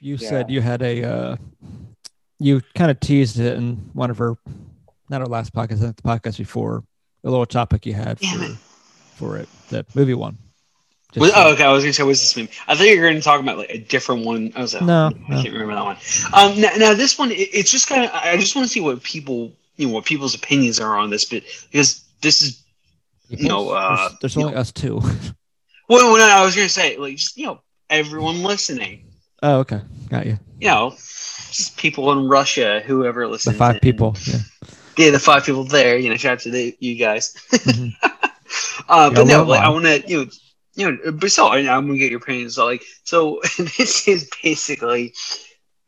you said you had a uh, you kind of teased it in one of her not our last podcast, I think the podcast before, a little topic you had Damn for it. for it. That movie one. Just Was- so- oh, okay. I was gonna say, what's this movie? I thought you were gonna talk about like a different one. I was like, oh, No, I no. can't remember that one. Um, now, now this one, it, it's just kind of. I I just want to see what people, you know, what people's opinions are on this, but because this is you know, uh, there's, there's you only us two. well, no, I was gonna say, like, just you know, everyone listening, oh, okay, got you. you know, just people in Russia, whoever The listens, five in. people. Yeah, yeah, the five people there. You know, shout out to the, you guys. Mhm. Uh, Yeah, but no, we're like, I alive. want to, you know, you know, uh, but so I- I'm gonna get your opinions. So, like, so this is basically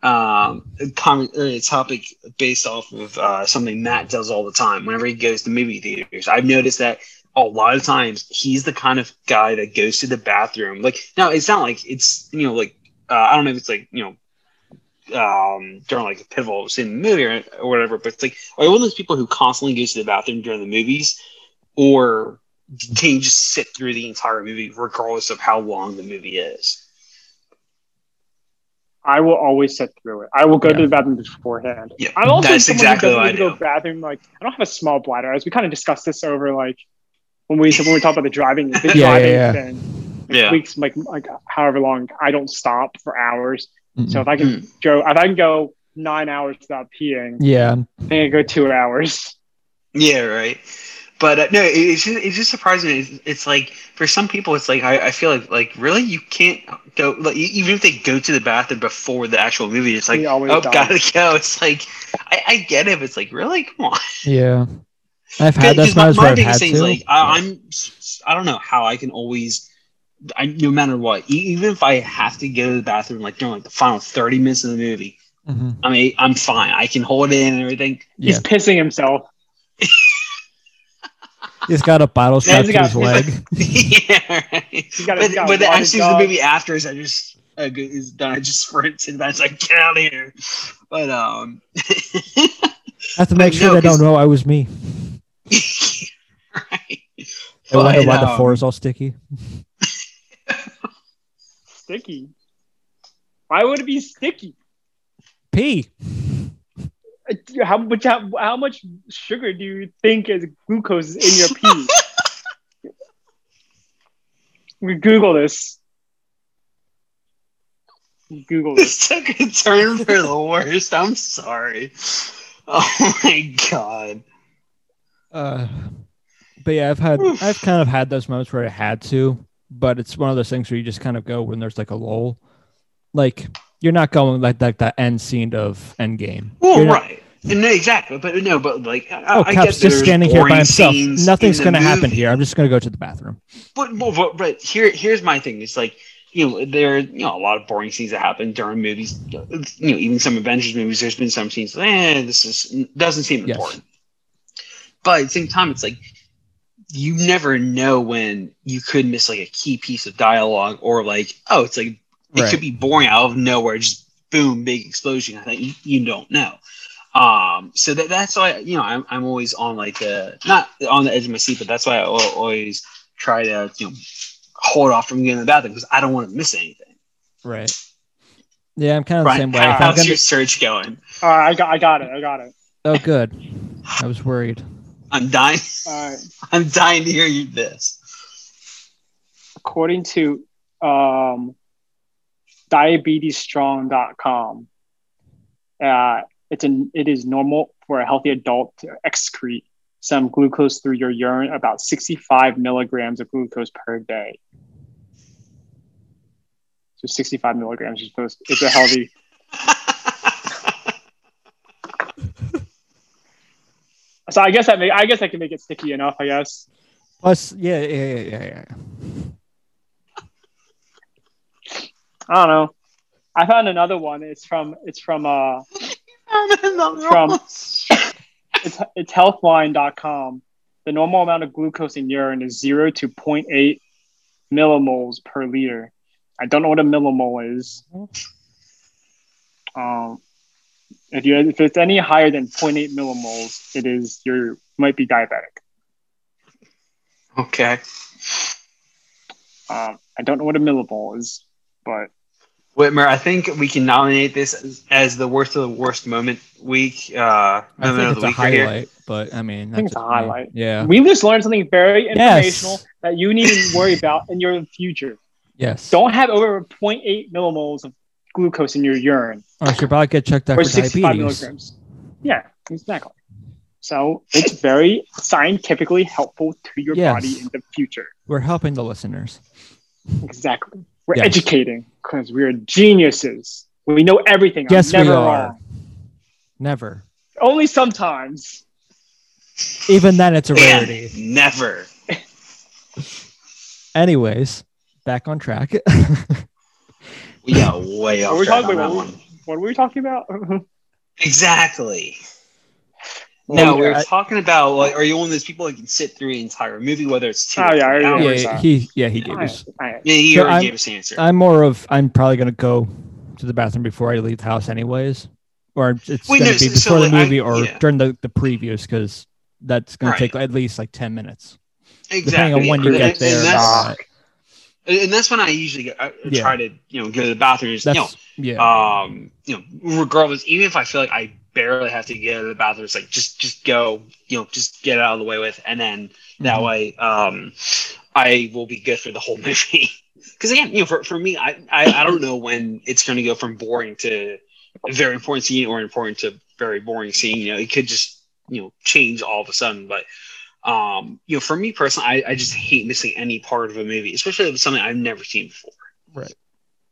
um, a comment or a topic based off of uh, something Matt does all the time whenever he goes to movie theaters. I've noticed that a lot of times he's the kind of guy that goes to the bathroom. Like, now it's not like it's you know, like uh, I don't know if it's like you know. Um, during like a pivotal scene in the movie or, or whatever, but it's like, are you one of those people who constantly goes to the bathroom during the movies, or can you just sit through the entire movie regardless of how long the movie is? I will always sit through it. I will go Yeah. to the bathroom beforehand. Yeah, I'm also that's someone exactly who what I doesn't need to do. go bathroom. Like I don't have a small bladder, as we kind of discussed this over like when we when we talked about the driving, the Yeah, yeah, driving yeah. thing. Yeah. Weeks like like however long I don't stop for hours. So Mm-mm. if I can Mm-hmm. go, if I can go nine hours without peeing, yeah, I think I go two hours. Yeah, right. But uh, no, it, it's just, it just surprised me. It's, it's like for some people, it's like I, I feel like like really you can't go like e- even if they go to the bathroom before the actual movie, it's like He oh always does. gotta go. It's like I, I get it. but It's like really come on. yeah. I've had Because that's my, not my where I've biggest had thing is to. like I, I'm I don't know how I can always I, no matter what e- even if I have to go to the bathroom like during like the final thirty minutes of the movie Mhm. I mean I'm fine I can hold it in and everything Yeah, He's pissing himself. he's got a bottle strapped he's to his got- leg. yeah right. got a- but, he's got a but the water actually the dog. movie after is I just uh, go- is done I just sprint and that's like get out of here but um I have to make I sure know, they don't 'cause- know I was me. right I wonder But, why the um, floor is all sticky. Sticky. Why would it be sticky? Pee. Uh, How much? How, how much sugar do you think is glucose is in your pee? we Google this. Google this this. took a turn for the worst. I'm sorry. Oh my god. Uh, but yeah, I've had Oof. I've kind of had those moments where I had to, but it's one of those things where you just kind of go when there's like a lull. Like you're not going like like that end scene of Endgame. Well, You're not- right. No, exactly. But no, but like, I, Oh, I Cap's get just there's standing here by boring himself. scenes Nothing's in the going to happen movie. here. I'm just going to go to the bathroom. But, but, but, but here, here's my thing. It's like you know, there are you know a lot of boring scenes that happen during movies. You know, even some Avengers movies. There's been some scenes. Eh, this is doesn't seem Yes. important. But at the same time, it's like you never know when you could miss like a key piece of dialogue or like oh, it's like it could be boring out of nowhere, just boom, big explosion. I think you, you don't know. Um, so that, that's why you know I'm, I'm always on like the not on the edge of my seat, but that's why I al- always try to you know hold off from getting in the bathroom because I don't want to miss anything. Right. Yeah, I'm kind of the Brian, same way. how- If I'm how's gonna, your search going? All right, I got, I got it. I got it. oh, good. I was worried. I'm dying. All right. I'm dying to hear you this. According to um, diabetesstrong.com, uh, it's an, it is normal for a healthy adult to excrete some glucose through your urine, about 65 milligrams of glucose per day. So 65 milligrams is supposed it's a healthy. So I guess that may, I guess I can make it sticky enough. I guess. Plus, yeah, yeah, yeah, yeah. yeah. I don't know. I found another one. It's from it's from uh From- it's, it's healthline.com. The normal amount of glucose in urine is 0 to 0.8 millimoles per liter. I don't know what a millimole is. Um, if you if it's any higher than 0.8 millimoles, it is you might be diabetic. okay. Um, I don't know what a millimole is, but Whitmer, I think we can nominate this as, as the worst of the worst moment week. Uh, I moment think of it's the a week right here. highlight, but I mean, think that's it's a just me. highlight. Yeah. We just learned something very Yes. informational that you need to worry about in your future. Yes. Don't have over 0.8 millimoles of glucose in your urine Or you should probably get checked out or for 65 diabetes. milligrams. Yeah, exactly. So it's very scientifically helpful to your Yes. body in the future. We're helping the listeners. Exactly. We're Yes. educating because we're geniuses. We know everything. Yes, we I'm never are. wrong. Never. Only sometimes. Even then, it's a And rarity. never. Anyways, back on track. We got way Are off we track talking on that about- one. What were we talking about? Exactly. Well, No, we were I- talking about like, are you one of those people that can sit through an entire movie, whether it's two Oh, or yeah, I three already- hours? Yeah. yeah, he yeah he gave All right, us. all right. Yeah, you So already I'm- gave us the answer. I'm more of I'm probably gonna go to the bathroom before I leave the house, anyways, or it's Wait, gonna no, be so- so, before the like, I- movie or yeah. during the the previews because that's gonna Right. take at least like ten minutes, exactly. depending on when you and, get and there. and that's, all that. and that's when I usually go, I Yeah. try to you know go to the bathroom. Just, you know, That's yeah. um, you know, regardless, even if I feel like I barely have to get out of the bathroom, it's like just just go, you know, just get out of the way with, and then that Mhm. way, um, I will be good for the whole movie. Because again, you know, for, for me, I, I I don't know when it's going to go from boring to very important scene or important to very boring scene. You know, it could just you know change all of a sudden, but. Um, you know, for me personally, I, I just hate missing any part of a movie, especially if it's something I've never seen before.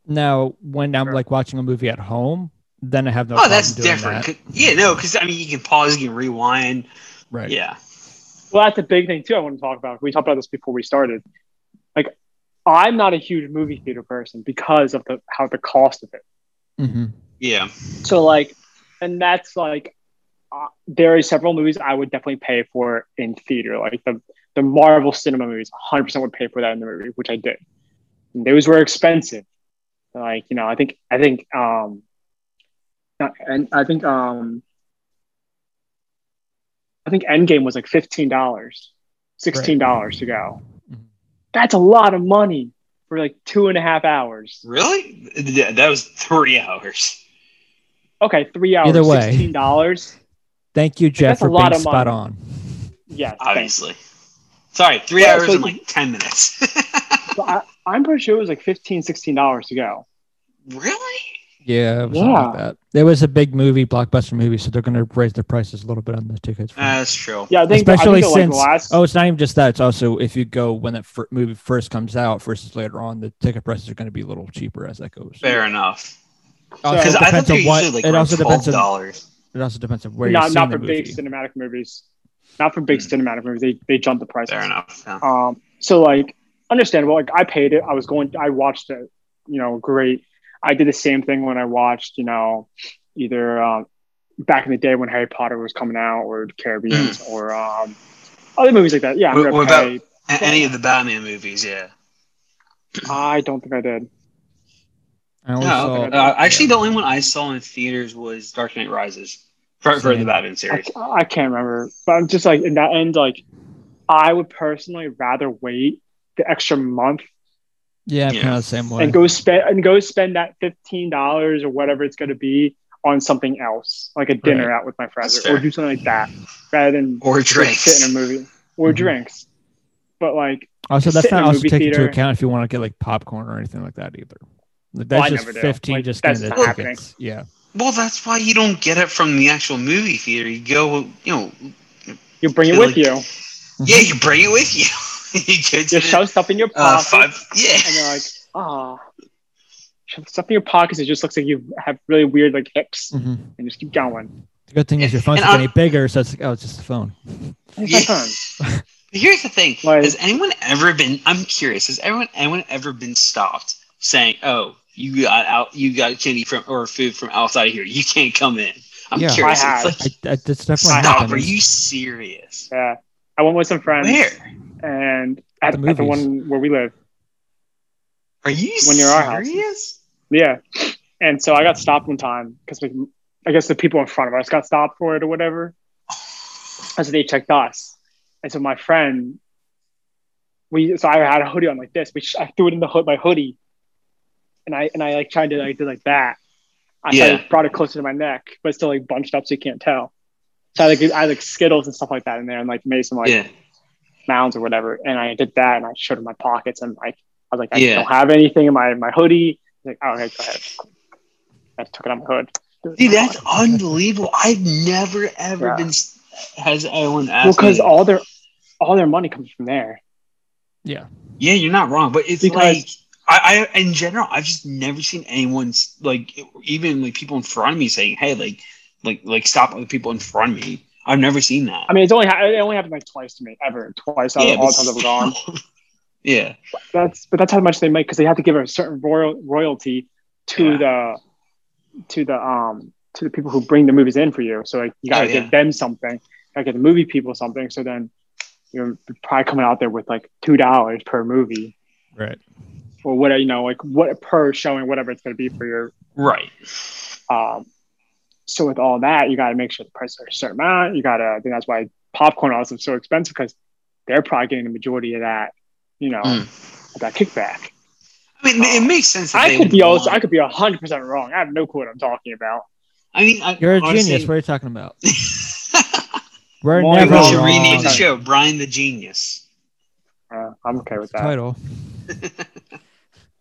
Now, when I'm Sure. like watching a movie at home, then I have no. oh, problem that's doing different. that. 'Cause- Yeah, no, because I mean, you can pause, you can rewind. Right. Yeah, Well, that's a big thing too. I want to talk about. We talked about this before we started. Like, I'm not a huge movie theater person because of the how the cost of it. hmm yeah, So like, and that's like, uh, there are several movies I would definitely pay for in theater. Like the the Marvel cinema movies, 100 percent would pay for that in the movie, which I did. And those were expensive. Like you know, I think I think um, not- and I think um, I think Endgame was like fifteen dollars, sixteen dollars to go. Mhm. That's a lot of money for like two and a half hours. really? Yeah, that was three hours. Okay, three hours, Either way. sixteen dollars. Thank you, Jeff, that's a for lot being of money. spot on. Yes, thanks. Obviously, sorry, three Yeah, hours so and you- like ten minutes. So I, I'm pretty sure it was like 15 dollars to go. really? Yeah, it was something like that. There was a big movie, blockbuster movie, so they're going to raise the prices a little bit on the tickets. for- Uh, That's true. Yeah, I think Especially I think since- like the last. oh, it's not even just that. It's also if you go when that fir- movie first comes out versus later on, the ticket prices are going to be a little cheaper as that goes. Fair enough. Also, Because it I thought depends they on usually what. like it around also twelve depends on. dollars. It also depends on where not you're not seeing for the big movie. Hmm. cinematic movies, not for big cinematic movies. They they jump the price. Fair enough. yeah. Um, so like understandable. Like I paid it. I was going. I watched it. You know, great. I did the same thing when I watched. You know, either um, back in the day when Harry Potter was coming out, or the Caribbean, or um, other movies like that. Yeah, I'm What- gonna Hmm. what pay. A- Any of the Batman movies? Yeah. I don't think I did. I only No, saw- okay. uh, actually, yeah. the only one I saw in theaters was Dark Knight Rises for, for the Same. Batman I, series. I can't remember, but I'm just like in that end, like I would personally rather wait the extra month yeah, I'm Yeah. kind of the same way. and go spend and go spend that fifteen dollars or whatever it's going to be on something else, like a dinner out with my friends That's or, or fair. do something like that, rather than Or just sit in drinks. a movie or Mhm. drinks. But like, also, that's sit in not a also movie taken into theater. account if you want to get like popcorn or anything like that either. Like, Well, that's I just never do. fifteen. Like, just that's getting not the happening. tickets. Yeah. Well, that's why you don't get it from the actual movie theater. You go, you know, you bring it Feel with like- you, Mhm. yeah, you bring it with you. you go to you the- shove stuff in your uh, pocket, five, yeah. and you're like, ah. shove Stuff in your pockets, it just looks like you have really weird like hips hmm and just keep going. The good thing is your phone's And I- getting bigger, so it's like, oh, it's just the phone. Yeah. But here's the thing: Like- has anyone ever been? I'm curious. Has everyone anyone ever been stopped saying, "Oh, you got out, you got candy from or food from outside of here. You can't come in." I'm Yeah. curious. I It's I, like, I, that's definitely stop. happened. Are you serious? Yeah, Uh, I went with some friends, Where and at at The the, movies. one where we live. are you When you're our house. serious? Yeah, and so I got stopped one time because I guess the people in front of us got stopped for it or whatever, and so they checked us, and so my friend, we so I had a hoodie on like this, which I threw it in the hood my hoodie, and I and I like tried to like do like that. I Yeah. kinda brought it closer to my neck, but still like bunched up so you can't tell. So I like I had, like Skittles and stuff like that in there, and like made some like yeah. mounds or whatever. And I did that, and I showed him my pockets, and like I was like, I Yeah. don't have anything in my my hoodie. He's like, oh, okay, go ahead. I took it on my hood. Dude, that's unbelievable. I've never ever Yeah. been. s- Has anyone asked? well because me- all their all their money comes from there. yeah, you're not wrong, but it's Because- like I, I, in general, I've just never seen anyone's like, even like people in front of me saying, "Hey, like, like, like, stop other people in front of me." I've never seen that. I mean, it's only ha- it only happened like twice to me ever. Twice out of all the times I've gone. yeah, That's but that's how much they make because they have to give a certain royal royalty to the to the um to the people who bring the movies in for you. So like you gotta Oh, yeah. give them something. Gotta get the movie people something. So then you're probably coming out there with like two dollars per movie Right. or whatever you know like what per showing whatever it's gonna be for your right. Um, so with all that, you got to make sure the price are a certain amount. You got to. I think that's why popcorn also is so expensive because they're probably getting the majority of that, you know, Hmm. of that kickback. I mean, it makes sense. that I they could be would also. want- I could be hundred percent wrong. I have no clue what I'm talking about. I mean, I, You're a honestly- genius. What are you talking about? We're Well, never we should wrong. rename the wrong. show Brian the Genius. Uh, I'm okay with that. Title.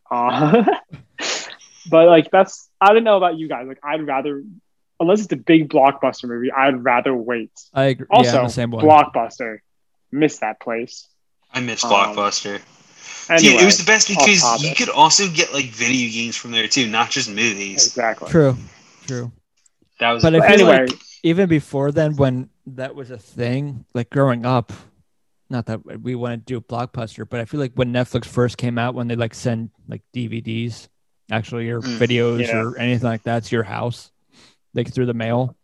Uh, but like that's. I don't know about you guys. Like I'd rather, unless it's a big blockbuster movie, I'd rather wait. I agree. yeah, Also, I'm the same one. blockbuster, miss that place. I miss Um, Blockbuster. Anyway, Dude, it was the best off because you topic. could also get like video games from there too, not just movies. exactly. True. True. That was But if But I feel anyway, Even before then, when that was a thing, like growing up, not that we want to do blockbuster, but I feel like when Netflix first came out, when they like send like DVDs, actually or Mm, videos yeah. or anything like that to your house, like through the mail,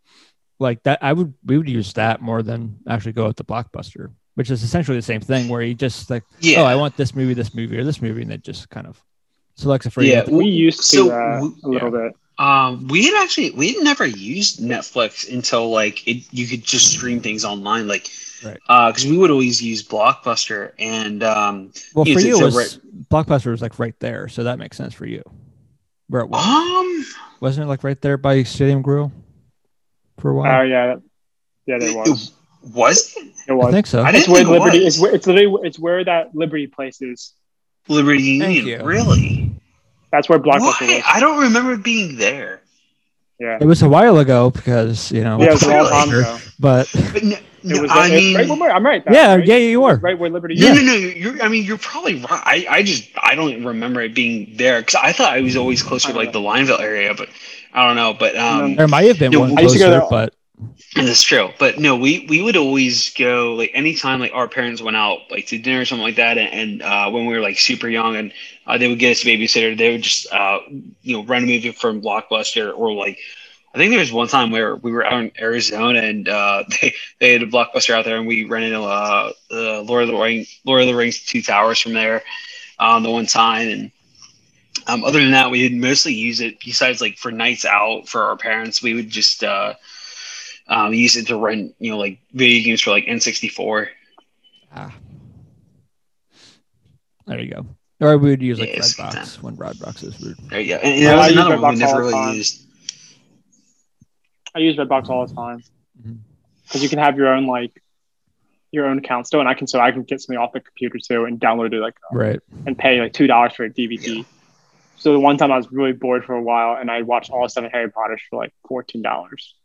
like that, I would we would use that more than actually go out to blockbuster, which is essentially the same thing where you just like, yeah, oh, I want this movie, this movie, or this movie, and it just kind of selects it for Yeah, you. we used to So, that we- a little bit. um, we had actually we had never used Netflix until like it, you could just stream things online, like Right. because we would always use Blockbuster and um, Well, Yes, for you, it's it a was right- Blockbuster was like right there, so that makes sense for you. Where it was, um wasn't it like right there by Stadium Grill for a Oh while? yeah, yeah, there was. it- was it? It I was. think so. I It's didn't where think it Liberty. was. It's where, it's literally it's where that Liberty place is. Liberty Thank Union, you. really? That's where Blockbuster Why? was. I don't remember it being there. Yeah, it was a while ago because you know, yeah, it was a long Really? time ago. but But no, It was. I it was mean, right where, I'm right. though, yeah, right? yeah, you were. Right where Liberty. No, is. no, no. You're, I mean, you're probably right. I, I just, I don't remember it being there because I thought I was always closer to like the Lineville area, but I don't know. But um, There might have been No, one I used to go closer, there- but and it's true. But no, we we would always go like anytime like our parents went out like to dinner or something like that, and, and uh, when we were like super young, and uh, they would get us a babysitter. They would just, uh, you know, rent a movie from Blockbuster or like. I think there was one time where we were out in Arizona and uh, they, they had a blockbuster out there and we rented uh, uh, Lord of the Ring, Lord of the Rings Two Towers from there um, the one time. And um, other than that, we did mostly use it. Besides, like for nights out for our parents, we would just uh, um, use it to rent, you know, like video games for like N64. ah. there you go. Or we would use like Yeah, it's Redbox when Redbox is weird. There you go. And, and that Oh, I was use another one we Redbox never all the really time. used. I use Redbox all the time Mhm. because you can have your own like your own account still, and I can so I can get something off the computer too and download it like Right. and pay like two dollars for a DVD. So the one time I was really bored for a while, and I watched all seven Harry Potters for like fourteen dollars.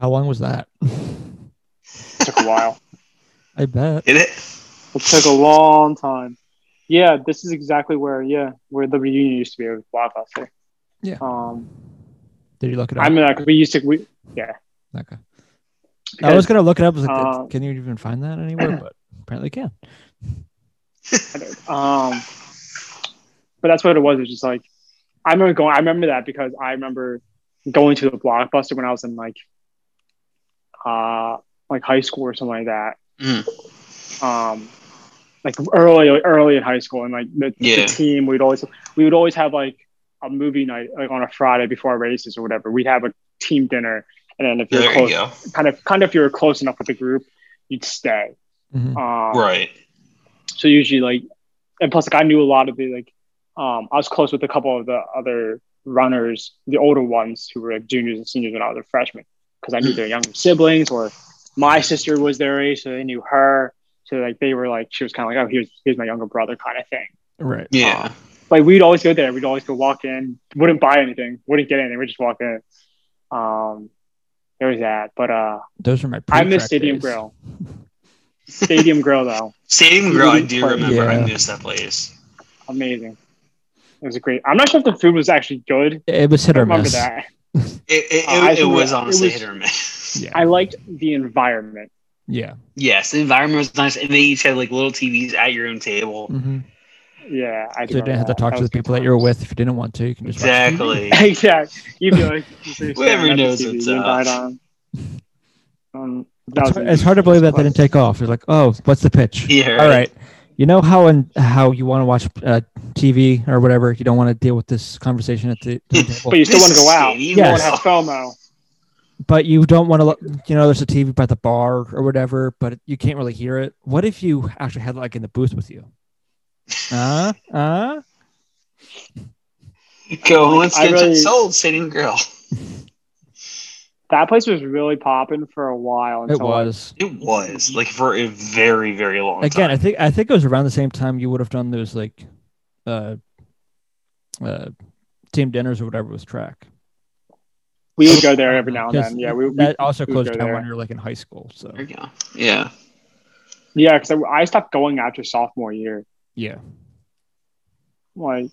How long was that? Took a while. I bet. Did it? It took a long time. Yeah, this is exactly where yeah where Liberty Union used to be with Blockbuster. Yeah. Um, Did you look it up? I mean, like we used to we okay. I was gonna look it up. I was like, uh, can you even find that anywhere? But apparently, you can. um, but that's what it was. It was just like I remember going. I remember that because I remember going to the Blockbuster when I was in like uh like high school or something like that. Mm. um, like early early in high school and like the, the Yeah. team we'd always we would always have like a movie night like on a Friday before races or whatever. We'd have a team dinner and then if you're There close you go. kind of kind of if you were close enough with the group, you'd stay. Mhm. Um, Right. so usually like and plus like I knew a lot of the like um, I was close with a couple of the other runners, the older ones who were like juniors and seniors when I was a freshman, because I knew their younger siblings or my sister was their age, so they knew her. So like they were like she was kind of like, oh, here's here's my younger brother kind of thing. Right. Yeah. Like we'd always go there, we'd always go walk in, wouldn't buy anything, wouldn't get anything, we'd just walk in. Um, there was that, but uh, Those are my. I miss pre-track Stadium days. Grill. Stadium Grill though, Stadium Grill, I do Yeah. remember. I missed that place. amazing. It was great. I'm not sure if the food was actually good. It was hit I or remember miss. that. It, it, Uh, I it, it remember- was honestly it was- hit or miss. Yeah. I liked the environment. yeah. Yes, the environment was nice, and they each had like little TVs at your own table. hmm So Yeah, I you remember didn't have to that. talk That to the was good people that you were times. with if you didn't want to. You can just watch TV. Exactly. exactly. You feel like you feel like Whoever staring at the knows TV it's being us. died on. Um, that It's, was hard, it's hard to believe that they didn't take off. You're like, oh, what's the pitch? Yeah. All right. You know how and how you want to watch uh, TV or whatever. You don't want to deal with this conversation at the, the table, But you still want to go out. Stadium You don't want to Grill. have FOMO. but you don't want to. You know, there's a TV by the bar or whatever, but you can't really hear it. What if you actually had it like in the booth with you? Uh, uh. Go once I get really- sold, Stadium Grill. That place was really popping for a while. It Until was It was like for a very very long again. I time. think I think it was around the same time you would have done those like, uh, uh, team dinners or whatever with track. we would go there every now and Because then. Yeah, we, we that also we closed go down there. Mm-hmm. when you were like in high school. So There you go. Yeah. yeah, because I, I stopped going after sophomore year. yeah, Like,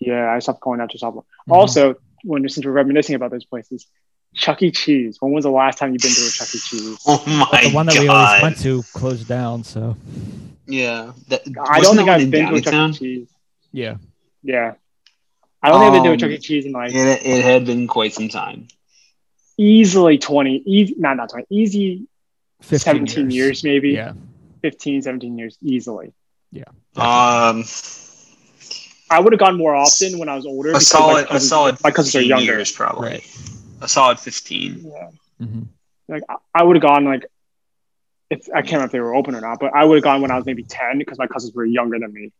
yeah, I stopped going after sophomore. Mm-hmm. Also, when since we're reminiscing about those places, Chuck E. Cheese. When was the last time you've been to a Chuck E. Cheese? Oh my the one that god. we always went to closed down. So Yeah. That, I wasn't don't think that one I've in been to a Chuck Downingtown? E. Cheese. yeah, Yeah. I don't think I've been to a Um, Chuck E. Cheese in like It, it had been quite some time. easily 20, easy, not, not 20, easy 15 17 years, maybe. Yeah, 15, 17 years easily. Um, I would have gone more often when I was older. a because my solid, a cousins- solid. my cousins are 15 younger. years probably. Right. A solid fifteen. Yeah. hmm Like, I- I would have gone like, if I can't remember if they were open or not, but I would have gone when I was maybe 10 because my cousins were younger than me.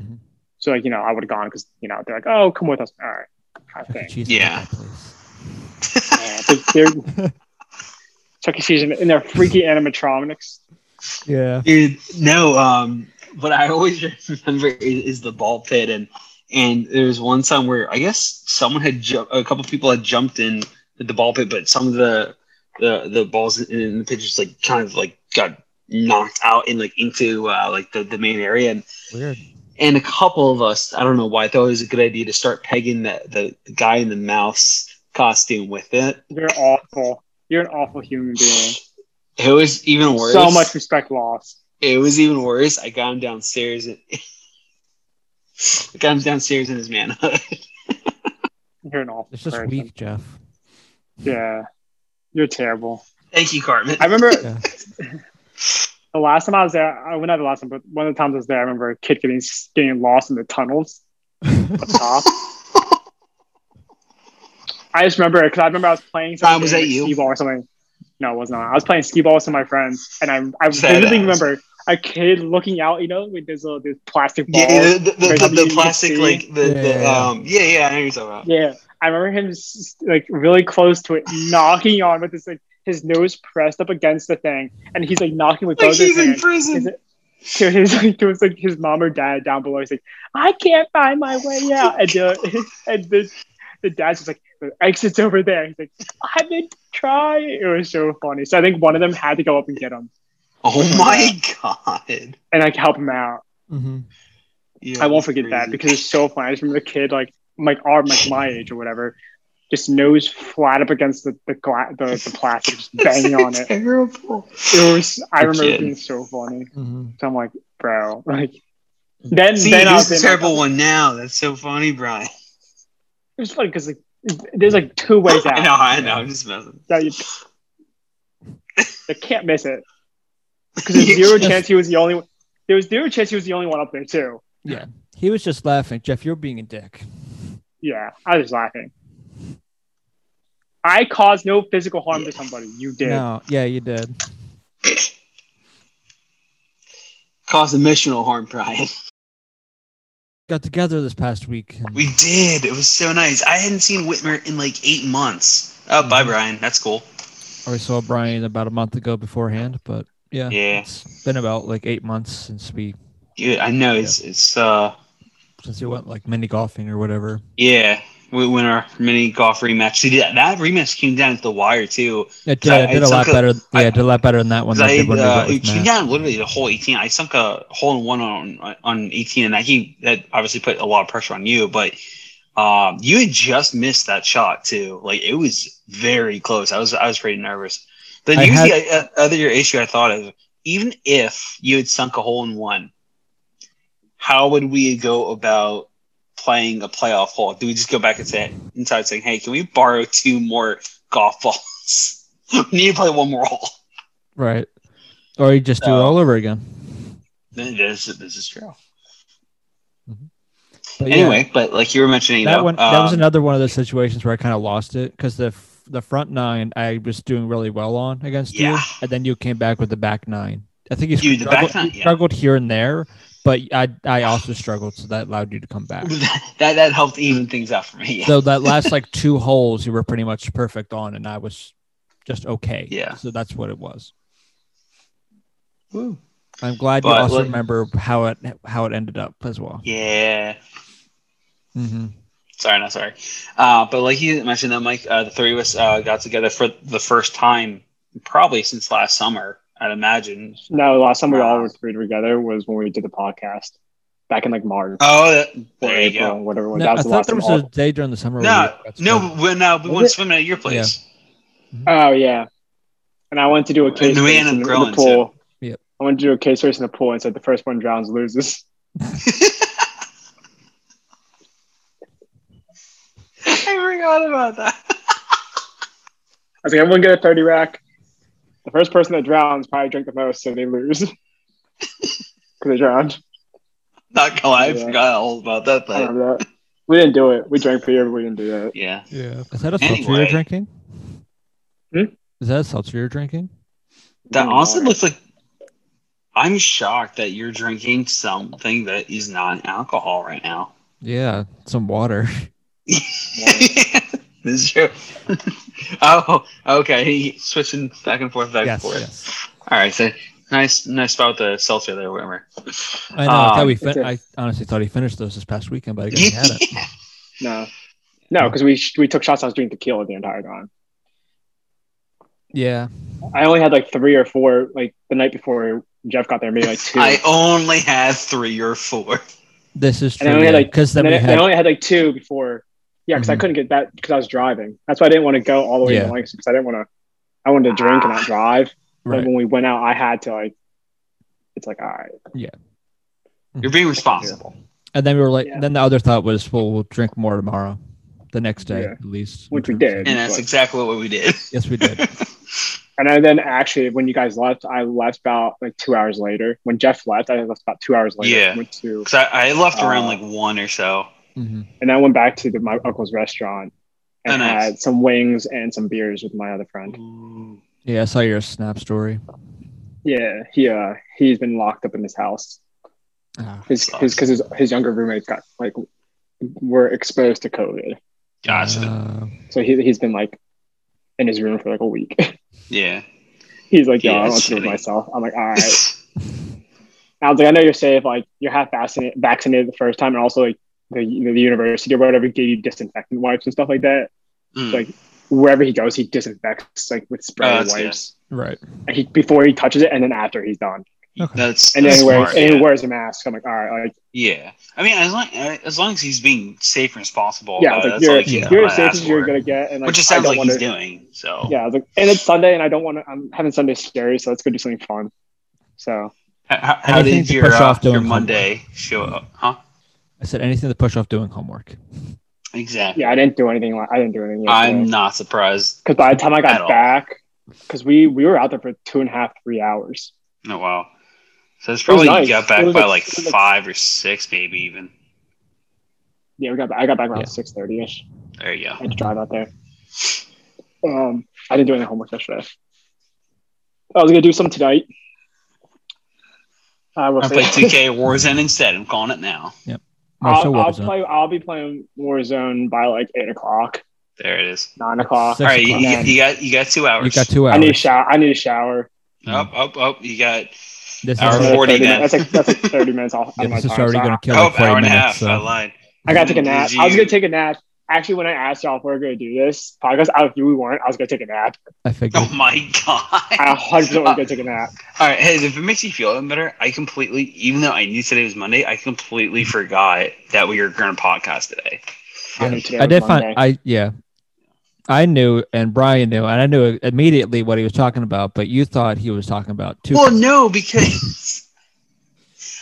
Mhm. So, like, you know, I would have gone because, you know, they're like, oh, come with us. All right. Kind of Chuck E. thing. Cheese. Yeah. Yeah, they- they're Chuck E. Cheese and and their freaky animatronics. Yeah. Dude, no. Um, what I always remember is, is the ball pit, and and there was one time where I guess someone had ju- a couple people had jumped in the ball pit, but some of the the the balls in, in the pit just like kind of like got knocked out and like into uh, like the, the main area, and Weird. and a couple of us, I don't know why, thought it was a good idea to start pegging the, the, the guy in the mouse costume with it. You're awful. You're an awful human being. It was even worse. So much respect lost. It was even worse. I got him downstairs. And I got him downstairs in his manhood. You're an awful It's just person. weak, Jeff. Yeah. You're terrible. Thank you, Carmen. I remember Yeah. the last time I was there, I well, not the last time, but one of the times I was there, I remember a kid getting getting lost in the tunnels up top. I just remember because I remember I was playing some Tom, was game, that like, you? skee ball or something. No, it was not. I was playing skee ball with some of my friends, and I I Sad vividly ass. remember a kid looking out, you know, with this little this plastic ball. Yeah, the, the, Or the, something you the can plastic, see. like, the, Yeah, the yeah. um, yeah, yeah, I know what you're talking about. Yeah, I remember him s- like really close to it, knocking on with his like his nose pressed up against the thing, and he's like knocking with Like, both his he's in hands prison. Is it- to his like to his like his mom or dad down below. He's like, I can't find my way out, and the and the the dad's just like, the exit's over there. He's like, I've been trying. It was so funny. So I think one of them had to go up and get him Oh my god. and like help him out. hmm Yeah, I won't that's forget that crazy. because it's so funny. I just remember the kid, like like our like my age or whatever, just nose flat up against the the, gla- the, the plastic, just banging on it. Terrible. It was. I Poor remember kid. it being so funny. hmm So I'm like, bro, like then See, then I this was is a in, like, terrible one now. That's so funny, Brian. It was funny because like there's like two ways I know, out. I know. I'm just messing. that you, you can't miss it because there's You zero can't- chance he was the only. one. There was zero chance he was the only one up there too. He was just laughing. Jeff, you're being a dick. Yeah, I was laughing. I caused no physical harm to somebody. You did. No, yeah, you did. Cause emotional harm, Brian. got together this past week. and- We did. It was so nice. I hadn't seen Whitmer in like eight months. Oh, bye, Brian. That's cool. I saw Brian about a month ago beforehand, but yeah, Yeah. it's been about like eight months since we Dude, I know. It's it's uh since we went like mini golfing or whatever. yeah. We win our mini golf rematch. See that that rematch came down at the wire too. It did, I did a it's lot like a- better. Yeah, I did a lot better than that one. 'Cause than I I, did when we uh, went it with came Matt. down literally the whole eighteen. I sunk a hole in one on on eighteen, and that he that obviously put a lot of pressure on you. But um, you had just missed that shot too. Like it was very close. I was I was pretty nervous. Then I usually I, I, other issue I thought of even if you had sunk a hole in one, how would we go about playing a playoff hole? Do we just go back and say inside saying, "Hey, can we borrow two more golf balls? we need to play one more hole." Right. Or you just do it So- all over again. This, this is true. But yeah, Anyway, but like you were mentioning, that though, one that was um, another one of those situations where I kind of lost it because the f- the front nine I was doing really well on against you, Yeah. and then you came back with the back nine. I think you Dude, the back struggled, nine, you yeah. struggled here and there, but I I also struggled, so that allowed you to come back. that that helped even things out for me. So that last like two holes you were pretty much perfect on, and I was just okay. Yeah. So that's what it was. Woo. I'm glad you But, also like- remember how it how it ended up as well. yeah. Mm-hmm. Sorry, not sorry. Uh, but like you mentioned, that Mike, uh, the three of us uh, got together for the first time probably since last summer. I'd imagine. No, last time we all were three together was when we did the podcast back in like March Oh, that, or there you April, go. whatever. it was. No, that I was the last thought there time was all- a day during the summer. where No, we got no, together. when uh, we Was went it- swimming at your place. Oh yeah, and I went to do a case And we ended race in, up in the growing, pool. Yep. I went to do a case race in the pool and said the first one drowns loses. I forgot about that. I was like, everyone get a thirty rack. The first person that drowns probably drank the most, so they lose because they drowned. Not gonna lie, I Yeah. forgot all about that I thing. remember that. We didn't do it. We drank beer, but we didn't do that. Yeah. Yeah. Is that a seltzer you're Anyway. drinking? Hmm? Is that a seltzer you're drinking? That Mm, honestly alright. looks like. I'm shocked that you're drinking something that is not alcohol right now. Yeah, some water. this is true. oh, okay. He- Switching back and forth, back and yes, forth. yes. All right. So nice, nice spot with the seltzer there, Wimmer. I know. I, thought Um, we fin- okay. I honestly thought he finished those this past weekend, but I guess he had it. No, no, because we we took shots. I was doing tequila the entire time. Yeah. I only had like three or four like the night before Jeff got there, maybe like two. I only had three or four. This is And I true. only had, yeah, like- 'cause then and we then, I- had I only had like two before. Yeah, because I Mhm. couldn't get that because I was driving. That's why I didn't want to go all the way Yeah. to Langston because I didn't want to. I wanted to drink and not drive. But right. when we went out, I had to like. It's like all right. You're being responsible. And then we were like, Yeah. then the other thought was, well, we'll drink more tomorrow, the next day Yeah. at least. Which we in terms of- did. And that's exactly what we did. Yes, we did. And I, then actually, when you guys left, I left about like two hours later. When Jeff left, I left about two hours later. Yeah. Went to Because I, I left around like Uh, one or so. hmm and I went back to the, my uncle's restaurant and Oh, nice. had some wings and some beers with my other friend. Yeah, I saw your snap story. Yeah, he uh, he's been locked up in his house. Ah, His Sucks. his because his his younger roommates got like were exposed to COVID, Gotcha. uh, so he he's been like in his room for like a week. yeah. he's like, Yeah, "Yo, I don't want that's to do it shitty. myself." I'm like, "All right." I was like, I know you're safe. Like you're half vaccinated, vaccinated the first time, and also like the the university or whatever gave you disinfectant wipes and stuff like that. Mm. Like, Wherever he goes, he disinfects like with Oh, spray that's good. wipes. right. And he before he touches it, and then after he's done, Okay. That's and that's then he wears smart, and yeah. he wears a mask. I'm like, all right, like Yeah, I mean, as long uh, as long as he's being safe and responsible, yeah, I about was it, like that's you're all you can you're really as safe ask as you're for. gonna get, and like which it I sounds don't like wanna, he's doing. So Yeah, I was like, and it's Sunday, and I don't want to. I'm having Sunday scary, so let's go do something fun. So H- how, And how I think did to your push uh, off doing your homework. Monday show up? Huh? I said anything to push off doing homework. Exactly. yeah, I didn't do anything. li- I didn't do anything. I'm not surprised. because by the time I at got all. back, because we we were out there for two and a half, three hours. Oh wow. So it's probably nice. you got It back was by like- like it was like- five or six, maybe even. Yeah, we got back, I got back around Yeah. six thirty ish. There you go. I had to drive out there. Um, I didn't do any homework yesterday. I was gonna do some tonight. I will I say- played 2K Warzone instead. I'm calling it now. No, so I'll, I'll Warzone. play. I'll be playing Warzone by like eight o'clock, There it is. nine o'clock. Six All right, you, o'clock. you, you got you got two hours. You got two hours. I need a shower. I need a shower. Up, up, up. You got this Hour is, Another 40 30 then. minutes. That's like that's like thirty minutes. Off yeah, of my this is time, already so going to kill oh, like 40 hour and a half. minutes. I So. lied. I gotta take a nap. I was Did gonna you- take a nap. Actually, when I asked y'all if we were gonna do this podcast, I if we weren't, I was gonna take a nap. I figured. Oh my god. I hundred percent was gonna take a nap. All right, hey, if it makes you feel any better, I completely, even though I knew today was Monday, I Mm-hmm. completely forgot that we were going to podcast today. I knew today I was did find Monday. I yeah. I knew and Brian knew and I knew immediately what he was talking about, but you thought he was talking about two Well, no, because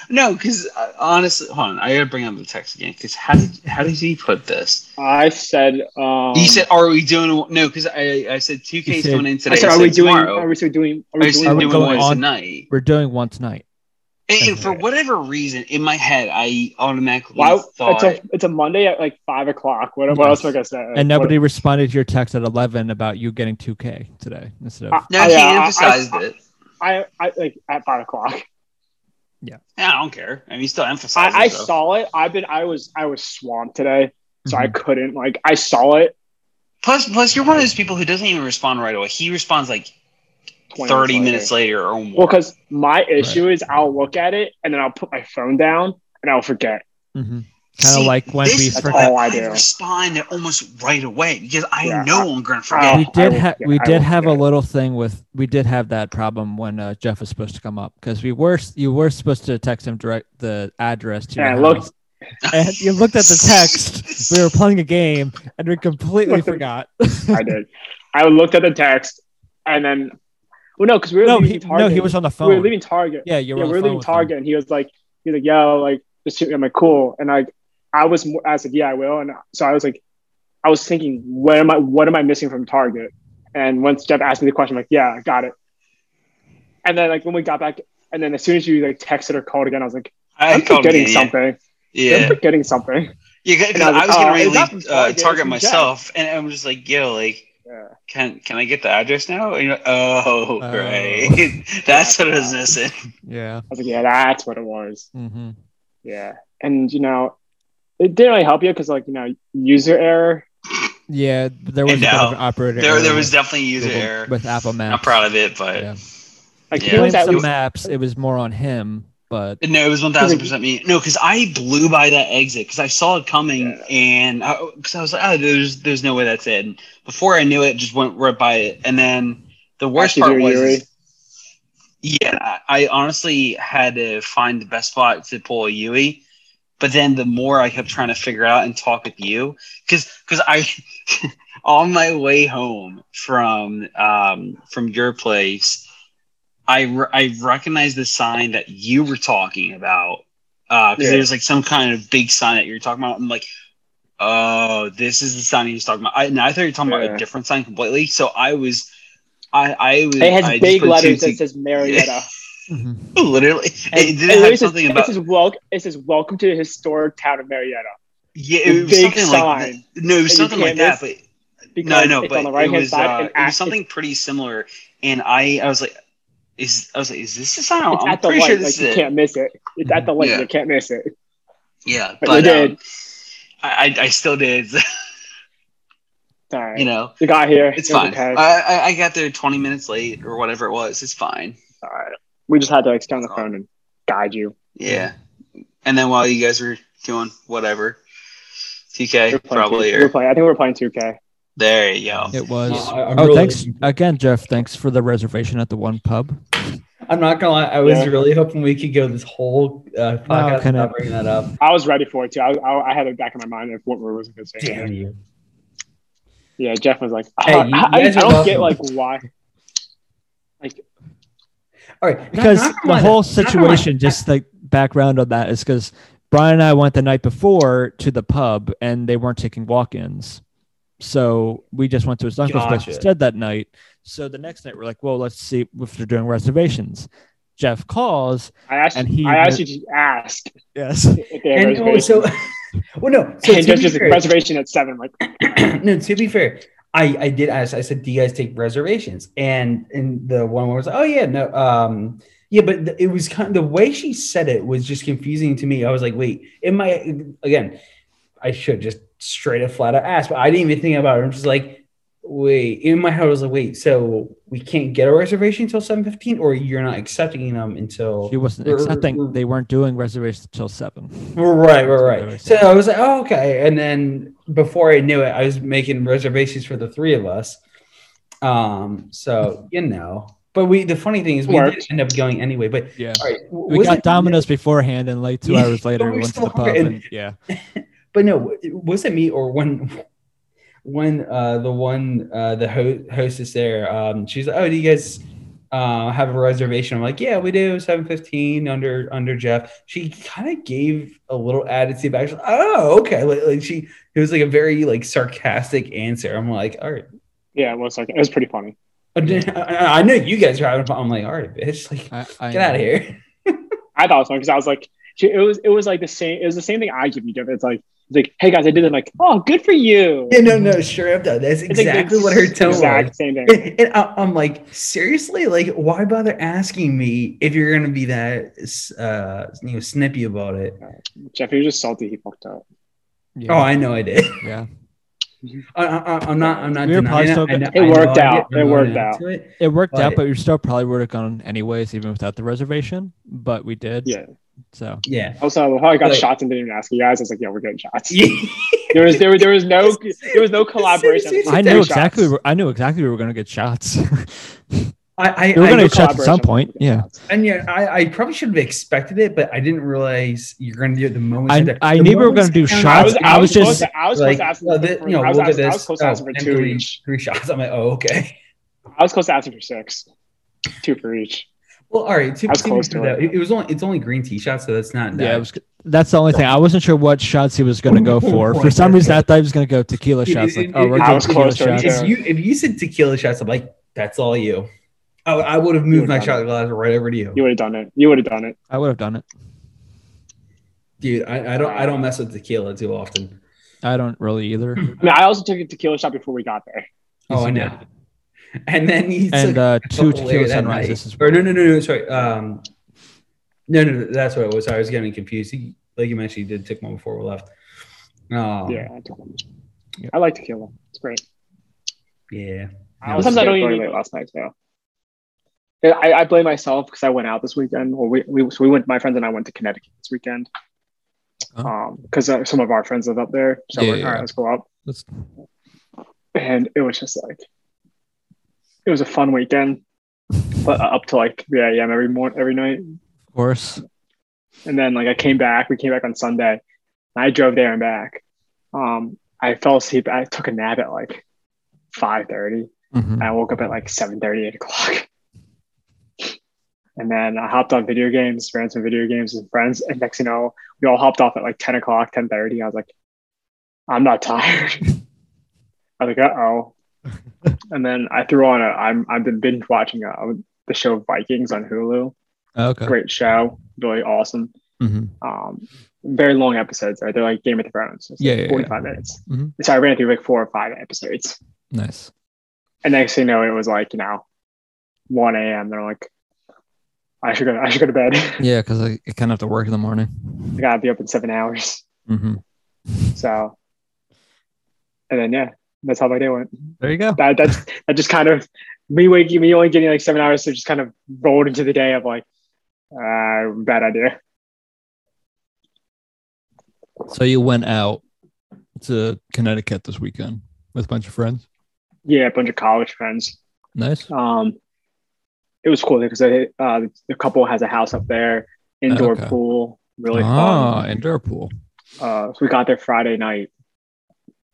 no, because uh, honestly, hold on, I gotta bring up the text again. Because how did how did he put this? I said. Um, he said, "Are we doing a- no?" Because I I said two He K said- coming in I today. said, I are said we doing? tomorrow. Are we still doing? Are I we said are we doing? doing going one on- tonight. we're doing one tonight. And, and for whatever reason, in my head, I automatically Why? It's thought a it's a Monday at like five o'clock. What, what else am I gonna say? And nobody responded to your text at eleven about you getting two K today instead of I- no, he I, uh, I- emphasized I- it. I, I like at five o'clock. Yeah, I don't care. I mean, he still emphasized. I, I it, though. saw it. I've been. I was. I was swamped today, so I Mhm. couldn't. Like, I saw it. Plus, plus, you're one of those people who doesn't even respond right away. He responds like 20 30 minutes later, or more. Well, because my issue is I'll look at it and then I'll put my phone down and I'll forget. Mhm. kinda See, like when this we is forgot- why all I do. respond almost right away because I Yeah, know I'm gonna Oh, we forget. did I have will- we I did will have a forget. little thing with we did have that problem when uh, Jeff was supposed to come up because we were you were supposed to text him direct the address to your And I looked- house. and you looked at the text. We were playing a game and we completely Looked at- forgot. I did. I looked at the text and then, well, no, because we were no, leaving he, no, Target. he was on the phone. We were leaving Target. yeah, you were Yeah, we on the were phone leaving with him. Target, and he was like, he's like, yo, like, just shoot me. I'm like, cool. And like, I was, more- I was like, yeah, I will. And so I was like, I was thinking, what am I, what am I missing from Target? And once Jeff asked me the question, I'm like, yeah, I got it. And then like when we got back, and then as soon as you like texted or called again, I was like, I I'm called forgetting him, yeah. something. I'm Yeah, forgetting something. yeah. 'cause And I was I was like, gonna oh, really it's not from uh, Target, it's target from myself, and I'm just like, yo, like, Yeah. can can I get the address now? And you're like, oh, Oh. right, that's what I was missing. Yeah. I was like, yeah, that's what it was. Mm-hmm. Yeah. And, you know, it didn't really help you because, like, you know, user error. Yeah, there was And a bit of now, an operator. There, error there was with definitely user Google- error. with Apple Maps. I'm proud of it, but Yeah. Like, Yeah. he was Blame at some least, maps. It was more on him, but No, it was one thousand percent me. No, because I blew by that exit because I saw it coming, Yeah. and because I, was like, "Oh, there's there's no way that's it." And before I knew it, just went right by it, and then the worst Actually, part you're was, Yuri. yeah, I honestly had to find the best spot to pull a Yui, but then the more I kept trying to figure out and talk with you, because because I on my way home from um from your place. I, re- I recognized the sign that you were talking about because Yeah. there's like some kind of big sign that you're talking about. I'm like, oh, this is the sign he was talking about. I, and I thought you were talking about Yeah. a different sign completely. So I was, I, I was. It has I just big put two letters to- that says Marietta. Mhm. literally, it And did have literally says- something it about. says, welcome, it says, welcome to the historic town of Marietta. Yeah, it Big was something like sign. no, it was that you something like that, can't but because no, I know, it's but on the it right hand was side. uh, and it was act- something pretty similar, and I I was like, is I was like, is this the sign? I'm, It's, it's I'm at the pretty light. sure like, this you is it. can't miss it. It's at the light. Yeah. You can't miss it. Yeah, But but, you um, did. I, I I still did. Sorry. you know, you got here. it's It was fine. okay. I, I I got there 20 minutes late or whatever it was. It's fine. All right. We just had to, like, stay on the phone and guide you. Yeah. And then while you guys were doing whatever, We were TK playing probably 2K. We were or playing, I think we were playing 2K. there you go. it was. No, I- Uh, I'm oh, really- thanks again, Jeff. Thanks for the reservation at the one pub. I'm not gonna lie. I was Yeah. really hoping we could go this whole uh, podcast can without I- bringing that up. I was ready for it too. I, I, I had it back in my mind of what we was going to say. Damn you! Yeah, Jeff was like, Hey, "Oh, you I, I- I guys are don't welcome." get like why. All right, not- because not gonna the lie, whole not gonna lie. situation just like background on that is because brian and i went the night before to the pub and they weren't taking walk-ins so we just went to his uncle's place Gotcha. instead that night so the next night we're like well let's see if they're doing reservations jeff calls I asked, and he I asked you to ask yes if they had And oh, reservation. so, well, no. So and to Jeff be just like, fair, reservation at seven. Like, no, to be fair, I I did ask. I said, "Do you guys take reservations?" And and the one was like, "Oh yeah, no, um, Yeah, but th- it was kind the way she said it was just confusing to me. I was like, wait, in my again, I should just straight up flat out ask, but I didn't even think about it. I'm just like, wait, in my head, I was like, wait, so we can't get a reservation until 7:15, or you're not accepting them until She wasn't Or- or- accepting. They weren't doing reservations till seven. Right, That's what right, they were right. So I was like, oh, okay. And then before I knew it, I was making reservations for the three of us. Um, so you know, but we the funny thing is we Worked. did end up going anyway. But Yeah. all right, We was got it- Domino's beforehand, and like two Yeah, hours later, we we were went to so the pub. hungry, and- and- yeah, But no, was it me or when when uh the one uh the ho- hostess there um she's like, oh, do you guys uh have a reservation? I'm like, yeah, we do. Seven fifteen under under Jeff. She kind of gave a little attitude back. She's like, oh, okay. Like, like she it was like a very like sarcastic answer. I'm like, all right. Yeah, it was like it was pretty funny. I, didn't- I, I know you guys are having fun. I'm like, all right, bitch, like I, I get out of here. I thought it was funny because I was like, she, it was it was like the same. It was the same thing I give you. Jeff. It's like it's like, hey guys, I did it. I'm like, oh, good for you. Yeah, no, no, sure up though. That's It's like the exactly what her tone was. Exact same thing. and and I, I'm like, seriously, like, why bother asking me if you're gonna be that uh, you know snippy about it? Jeff, he was just salty. He fucked up. Yeah, Oh, I know I did. yeah. I, I, I'm not. I'm not. We were probably denying it. still I know- good- I It know worked I did. out. I'm It not worked into out. it. It worked out, But- but we still probably would have gone anyways, even without the reservation. But we did. Yeah. So Yeah. Also, how I got Like- shots and didn't even ask you guys. I was like, yeah, we're getting shots. There was there was there was no there was no collaboration. It's I a knew day exactly. where- I knew exactly we were going to get shots. I, I, we were I going to know- get shots at some point. Yeah. Yeah. and yeah, I, I probably should have expected it, but I didn't realize you're gonna do it the moment. I- there. I The knew we were gonna moment do I found shots, out- I was, I was, just- supposed to, I was supposed like, to ask him oh, for, thi- you know, I was, look at I was this. close to asking Oh, for and two three, each. three shots. I'm like, oh, okay. I was close to asking for six, two for each. Well, all right. To, That's to be close to fair, though, it. it was only it's only green tea shots, so that's not. Yeah, that- it was, that's the only thing. I wasn't sure what shots he was going to go for. For some reason, I thought he was going to go tequila Dude, shots. it- Like, oh, we're it- doing I was tequila close to it, shots. yeah. If you if you said tequila shots, I'm like, that's all you. I, I would have moved You're my done. shot glass right over to you, You would have done it. You would have done it. I would have done it. dude. I, I don't I don't mess with tequila too often. I don't really either. I mean, I also took a tequila shot before we got there. Oh, I know. And then he And took uh, two later tequila that night. sunrises. As Or well. no, no, no, no. Sorry. Um, no, no, no, that's what it was. I was getting confused. He, like you mentioned, he did take one before we left. Oh. Um, Yeah, I took one. Yeah. I like tequila. It's great. yeah. I Sometimes I don't even late last night though. Yeah, I, I blame myself because I went out this weekend. Well, we, we so we went. My friends and I went to Connecticut this weekend. Oh. Um, because uh, some of our friends live up there, so Yeah, we're yeah, all right, yeah. let's go up. Let's- And it was just like, it was a fun weekend, but uh, up to like 3 a.m. every morning, every night. Of course. And then like I came back, we came back on Sunday. And I drove there and back. Um, I fell asleep. I took a nap at like 5:30. Mhm. And I woke up at like 7 8 o'clock. And then I hopped on video games, ran some video games with friends. And next thing you know, we all hopped off at like 10 o'clock, ten thirty. I was like, I'm not tired. I was like, uh oh. and then I threw on a, I'm, I've been binge watching uh the show Vikings on Hulu. Okay. Great show, really awesome hmm um, very long episodes, right? They're like Game of Thrones. It's Yeah, like yeah, yeah. 45 minutes. Mhm. So I ran through like four or five episodes. Nice. And next thing you know, it was like, you know, 1 a.m. They're like, I should go, I should go to bed. Yeah, because I, I kind of have to work in the morning. I gotta be up in seven hours. hmm So, and then, yeah, that's how my day went. There you go. That, that's, that just kind of me waking, me only getting like seven hours. So just kind of rolled into the day of like, uh, bad idea. So you went out to Connecticut this weekend with a bunch of friends. Yeah, a bunch of college friends. Nice. Um, it was cool because uh, the couple has a house up there, indoor Okay. pool, really ah, fun. indoor pool. Uh, so we got there Friday night,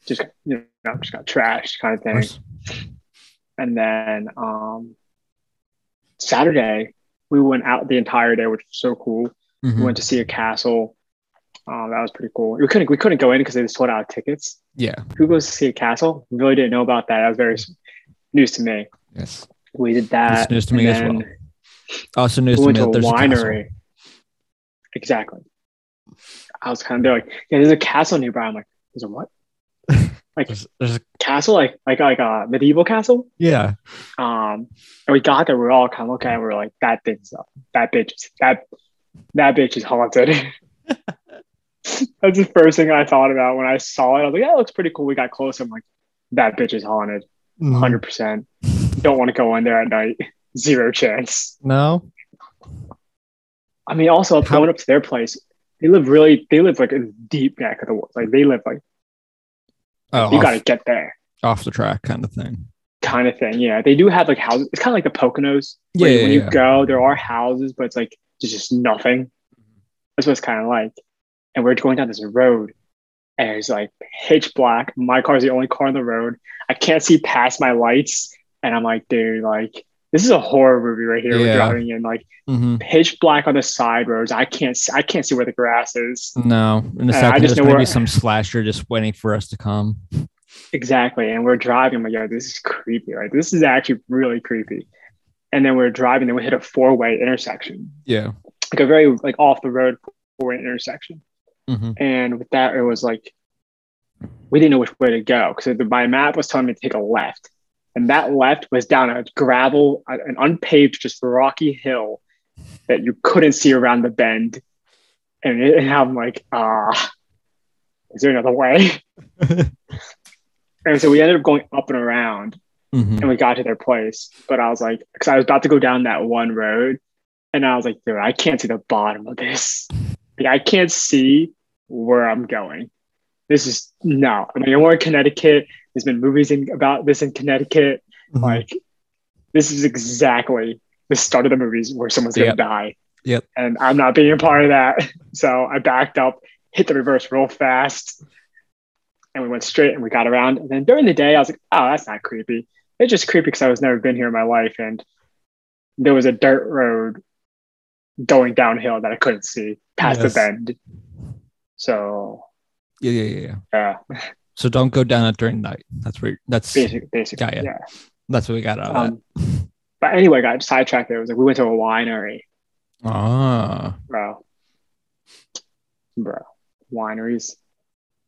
just you know, just got trashed kind of Of thing, course. and then um, Saturday we went out the entire day, which was so cool. Mhm. We went to see a castle. Um, that was pretty cool. We couldn't we couldn't go in because they sold out tickets. Yeah. Who goes to see a castle? Really didn't know about that. That was very s- news to me. Yes. We did It's that. news to and me as then- well. Also news we to me went to that a there's a castle. winery. exactly. I was kind of they're like, yeah, there's a castle nearby. I'm like, there's a what? like There's, there's a, castle, like like like a medieval castle. yeah. Um, and we got there, we were all kind of looking at, it, we were like, that thing's up. That bitch, is- that that bitch is haunted. That's the first thing I thought about when I saw it. I was like, that looks pretty cool. We got close. I'm like, that bitch is haunted, Mm-hmm. hundred percent. Don't want to go in there at night. Zero chance. No. I mean, also How- going up to their place, they live really, they live like in the deep neck of the woods. Like they live like Oh, you off, got to get there, off the track kind of thing. kind of thing. Yeah, they do have like houses. It's kind of like the Poconos. Where Yeah, when yeah, you yeah. go, there are houses, but it's like there's just nothing. Mm-hmm. That's what it's kind of like. And we're going down this road, and it's like pitch black. My car's the only car on the road. I can't see past my lights, and I'm like, dude, like this is a horror movie right here. Yeah. We're driving in like hmm pitch black on the side roads. I can't, see, I can't see where the grass is. No. In a Uh, I second, there's just going know to where- be some slasher just waiting for us to come. Exactly. And we're driving. I'm like, yo, this is creepy. Like, this is actually really creepy. And then we're driving, then we hit a four way intersection, Yeah. like a very like off the road four way intersection. hmm And with that, it was like we didn't know which way to go because my map was telling me to take a left, and that left was down a gravel, a- an unpaved, just rocky hill that you couldn't see around the bend. And, it, and I'm like, ah, is there another way? and so we ended up going up and around hmm and we got to their place. But I was like, because I was about to go down that one road, and I was like, dude, I can't see the bottom of this. Like, I can't see where I'm going. This is no. I mean, we're in Connecticut. There's been movies in, about this in Connecticut. Mm-hmm. Like, this is exactly the start of the movies where someone's gonna Yep. die. Yep. And I'm not being a part of that. So I backed up, hit the reverse real fast, and we went straight and we got around. And then during the day, I was like, oh, that's not creepy. It's just creepy because I was never been here in my life, and there was a dirt road going downhill that I couldn't see past Yes. the bend. So Yeah, yeah, yeah, yeah. yeah, So don't go down it during night. That's weird. That's basically, basically, Got ya. yeah. that's what we got out of Um, but anyway, got sidetracked. There It was like we went to a winery. that. Ah. bro. Bro, wineries,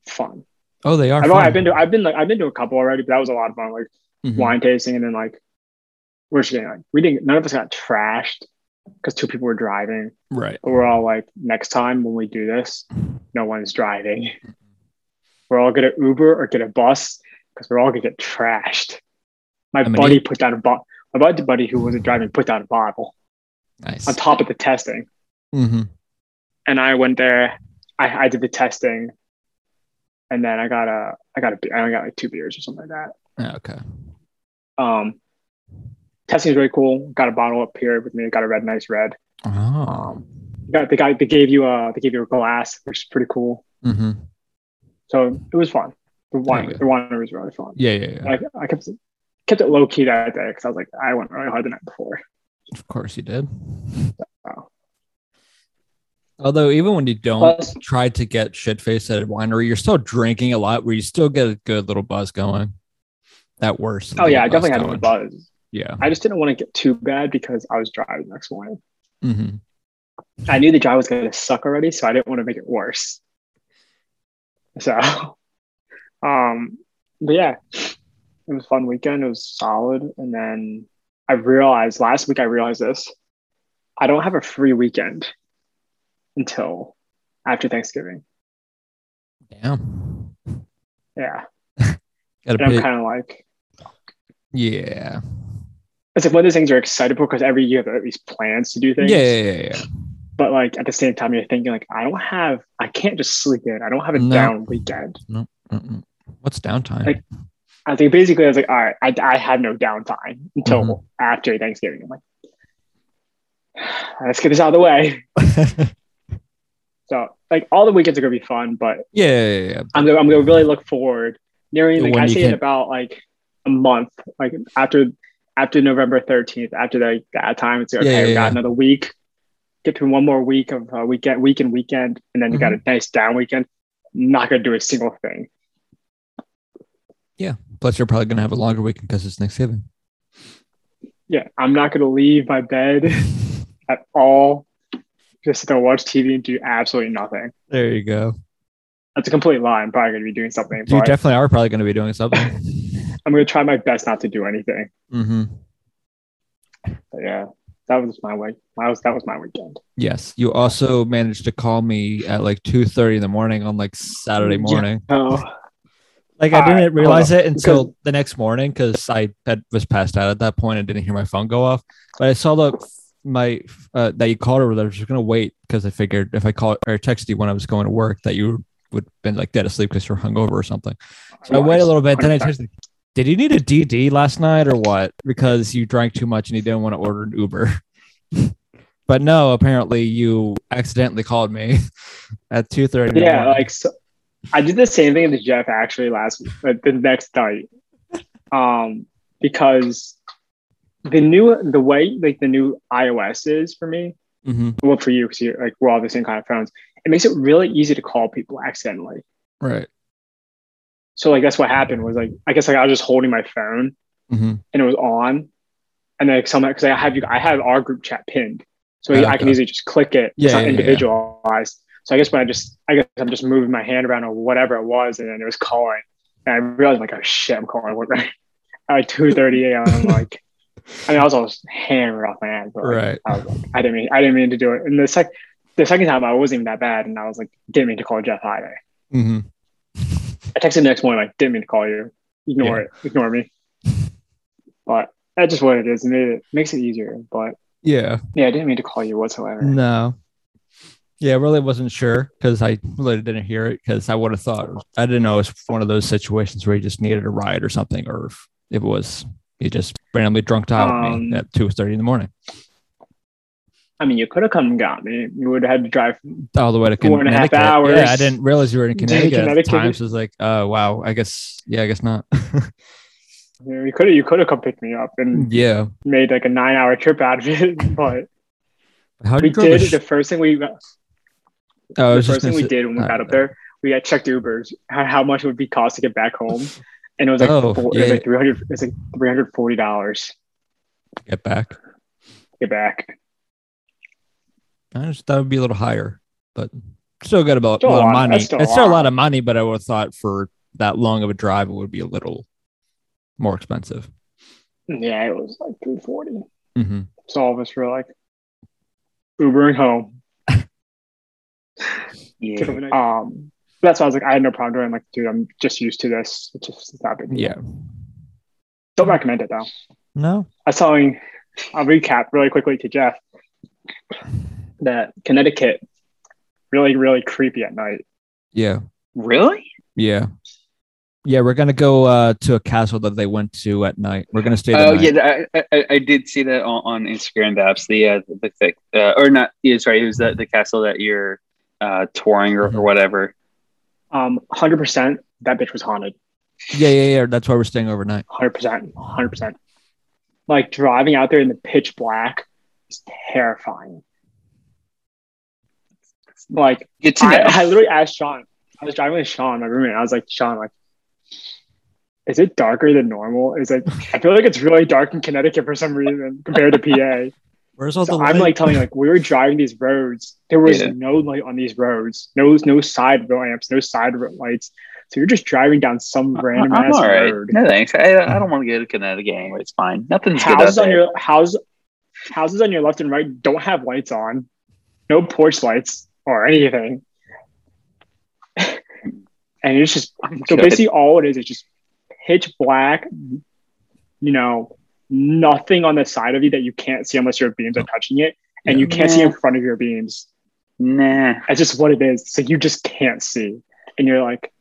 fun. Oh, they are. I've, fun. I've been to I've been like I've been to a couple already, but that was a lot of fun. Like Mhm. wine tasting, and then like we're just getting like we didn't none of us got trashed because two people were driving. Right. But we're all like, next time when we do this, no one's driving. Mm-hmm. We're all gonna Uber or get a bus because we're all gonna get trashed. My I mean, buddy you- put down a bottle. My buddy- buddy who wasn't driving put down a bottle Nice. on top of the testing. hmm and I went there. I, I did the testing, and then I got a I got a be- I got like two beers or something like Okay. that. Um, testing is really cool. Got a bottle up here with me. Got a red, nice red. Oh. Um, got the guy they gave you a they gave you a glass, which is pretty cool. hmm So it was fun. The wine Okay. the winery was really fun. Yeah, yeah, yeah. I, I kept kept it low key that day because I was like I went really hard the night before. Of course you did. Wow. Although even when you don't Plus, try to get shit faced at a winery, you're still drinking a lot where you still get a good little buzz going. That worse. oh yeah, I little definitely had a going. buzz. Yeah. I just didn't want to get too bad because I was driving the next morning. hmm I knew the drive was going to suck already, so I didn't want to make it worse. So, um, but yeah, it was a fun weekend. It was solid. And then I realized last week, I realized this I don't have a free weekend until after Thanksgiving. Damn. Yeah. Got And I'm big, kind of like, yeah. it's like one of those things you're excited for because every year there are at least plans to do Yeah, things. yeah, yeah, yeah. But like at the same time, you're thinking, like, I don't have, I can't just sleep in. I don't have a No. down weekend. Mm-mm. What's downtime? Like- I think basically I was like, all right, I, I have no downtime until Mm-hmm. after Thanksgiving. I'm like, let's get this out of the way. So like all the weekends are gonna be fun, but yeah, yeah, yeah, yeah. I'm gonna, I'm gonna really look forward. Nearing The like one I you say can- in about like a month, like after after November 13th, after like that time, it's like, Yeah, okay, yeah, we got yeah. another week. Get through one more week of uh, weekend, week and weekend, and then you Mm-hmm. got a nice down weekend. Not gonna do a single thing. Plus, you're probably gonna have a longer weekend because it's Thanksgiving. Yeah, I'm not gonna leave my bed at all. Just sit there, watch TV, and do absolutely nothing. There you go. That's a complete lie. I'm probably going to be doing something. You but definitely are probably going to be doing something. I'm going to try my best not to do anything. mm-hmm. But yeah, that was my week. That was that was my weekend. Yes. You also managed to call me at like two thirty in the morning on like Saturday Yeah. morning. Oh, Like I All right, didn't hold realize it until Because- the next morning because I had, was passed out at that point. I didn't hear my phone go off, but I saw the my uh, that you called or that I was just gonna wait because I figured if I called or texted you when I was going to work that you would have been like dead asleep because you were hungover or something. So I waited a little bit. Then I texted. Did you need a DD last night or what? Because you drank too much and you didn't want to order an Uber. but no, apparently you accidentally called me at two thirty. Yeah, like so, I did the same thing to Jeff actually last like, the next night, um, because the new the way like the new iOS is for me, hmm well for you because you're like we're all the same kind of phones. It makes it really easy to call people accidentally. right. So like that's what happened was like I guess like I was just holding my phone hmm and it was on, and then like, somehow because I have you I have our group chat pinned, so Oh, I can okay. easily just click it. Yeah, it's not yeah, yeah, yeah. individualized. So I guess when I just I guess I'm just moving my hand around or whatever it was, and then it was calling, and I realized like oh shit I'm calling work at like 2:30 a.m. I'm like. I mean, I was almost hammered off my hand, but like, Right. I was like, I didn't mean, I didn't mean to do it. And the sec, the second time, I wasn't even that bad, and I was like, didn't mean to call Jeff either. hmm I texted him the next morning, like, didn't mean to call you. Ignore Yeah. it. Ignore me. But that's just what it is. It made it makes it easier. But Yeah. yeah, I didn't mean to call you whatsoever. No. Yeah, I really wasn't sure because I really didn't hear it because I would have thought I didn't know it was one of those situations where you just needed a ride or something, or if it was you just randomly drunk out Um, me at two thirty in the morning, I mean, you could have come and got me. You would have had to drive. all the way to four and a half Connecticut. Yeah, I hours. didn't realize you were in Yeah, Connecticut, at the Connecticut. time. So it's like, oh wow, I guess yeah, I guess not. You, know, you could have. You could have come pick me up and yeah, made like a nine-hour trip out of it. But how did we you? go to did sh- the first thing we got- oh, I the was just first thing gonna we say- did when we I got don't up there, we got checked Ubers how, how much it would be cost to get back home, and it was like Oh, four, it yeah. was like three hundred. It's like three hundred forty dollars know. get back. to get back. I just thought it would be a little higher, but still got about Still a a lot of lot. money. That's still a it's still a lot. lot of money, but I would have thought for that long of a drive, it would be a little more expensive. Yeah, it was like three forty. hmm So all of us were like Ubering home. Yeah. Um, that's why I was like, I had no problem doing. it. I'm like, dude, I'm just used to this. It's just it's not a big. deal. Yeah. Don't recommend it though. No. I was telling, I'll recap really quickly to Jeff that Connecticut really really creepy at night. Yeah. Really? Yeah. Yeah. We're gonna go uh, to a castle that they went to at night. We're gonna stay. The Oh night. yeah, th- I, I, I did see that on, on Instagram. The apps, the uh, the, the uh, or not? Yeah, sorry, it was the, the castle that you're uh, touring or, or whatever. Um, hundred percent. That bitch was haunted. yeah. Yeah. Yeah. That's why we're staying overnight. Hundred percent. Hundred percent. Like driving out there in the pitch black is terrifying. Like Good to know. I, I literally asked Sean. I was driving with Sean, my roommate. And I was like, Sean, like, is it darker than normal? Is like, I feel like it's really dark in Connecticut for some reason compared to PA. Where's all so the? I'm light? like telling you, like, we were driving these roads. There was Yeah. no light on these roads. No, no side lamps. No side lights. So you're just driving down some random I'm ass all right. road. No thanks. I, I don't want to go to Connecticut anyway. It's fine. Nothing's good out Houses on there. your house, houses on your left and right don't have lights on. No porch lights or anything. and it's just So Good. basically, all it is is just pitch black. You know, nothing on the side of you that you can't see unless your beams are touching it, and you can't see in front of your beams. nah. That's just what it is. So you just can't see, and you're like,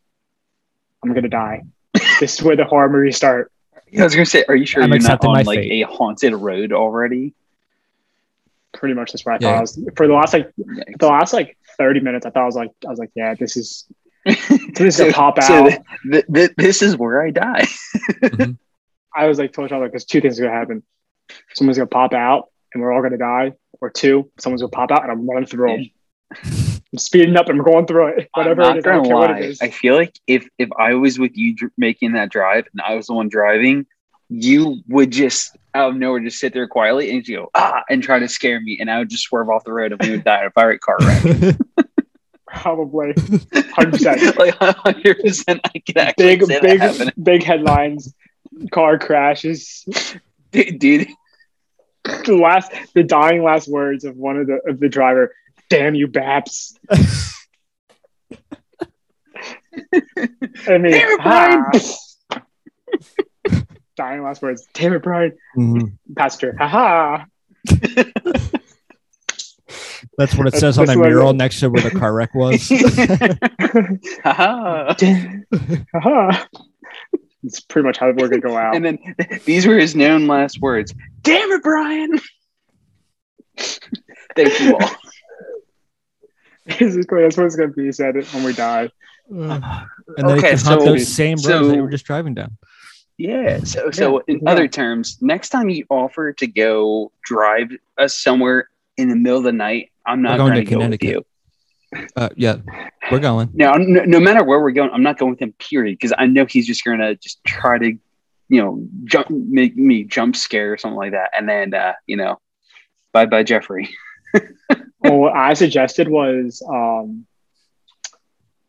"I'm gonna die." this is where the horror movies start. Yeah, I was gonna say, are you sure I'm you're not accepting on my like fate. a haunted road already? Pretty much that's what I thought. Yeah. I was, for the last like the Yikes. last like 30 minutes, I thought I was like, I was like, "Yeah, this is this is So- gonna pop so out." th- th- th- this is where I die. I was like, told y'all like, there's two things gonna happen. Someone's gonna pop out, and we're all gonna die, or two, someone's gonna pop out, and I'm running through them. I'm speeding up, I'm going through it, whatever I'm not it is. I gonna don't care what lie. it is. I feel like if if I was with you dr- making that drive and I was the one driving, you would just out of nowhere just sit there quietly and you go ah and try to scare me, and I would just swerve off the road and we would die in a pirate car wreck. Probably. 100%. like hundred percent, I can actually big, say that big, happening. big headlines. Car crashes. Dude, dude, The last, the dying last words of one of the of the driver. Damn you, Baps. I mean, Damn it, ah. dying last words. Damn it, Brian. Mm-hmm. Pastor. Haha. That's what it That's- says on that's the what I mural meant. next to where the car wreck was. Haha. Haha. It's pretty much how we're gonna go out. and then these were his known last words. Damn it, Brian! Thank you all. This is great. That's what it's gonna be said when we die. and then Okay, okay, can haunt so- those same roads that so- you were just driving down. Yeah. So, so in other terms, next time you offer to go drive us somewhere in the middle of the night, I'm not We're going going to to go with Connecticut. you. Uh, yeah, we're going. Now, no, no matter where we're going, I'm not going with him. Period. Because I know he's just going to just try to, you know, jump make me jump scare or something like that, and then uh, you know, bye bye Jeffrey. Well, what I suggested was um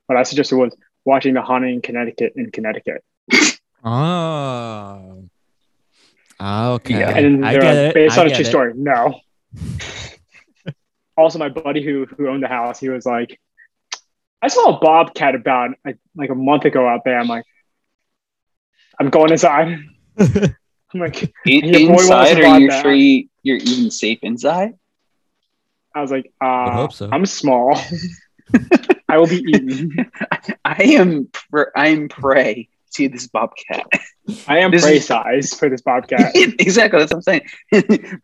what I suggested was watching the haunting in Connecticut in Connecticut. Oh. Ah, Okay. Yeah, And I they're get like, it. based I on a get true it. story. No. also my buddy who who owned the house, he was like, I saw a bobcat about like, like a month ago out there. I'm like, I'm going inside. I'm like, In- Your boy wants inside, to are buy you that. sure you- you're even safe inside? I was like, uh, hope so. I'm small. I will be eaten. I am. Pr- I am prey to this bobcat. I am This prey is- size for this bobcat. exactly. That's what I'm saying.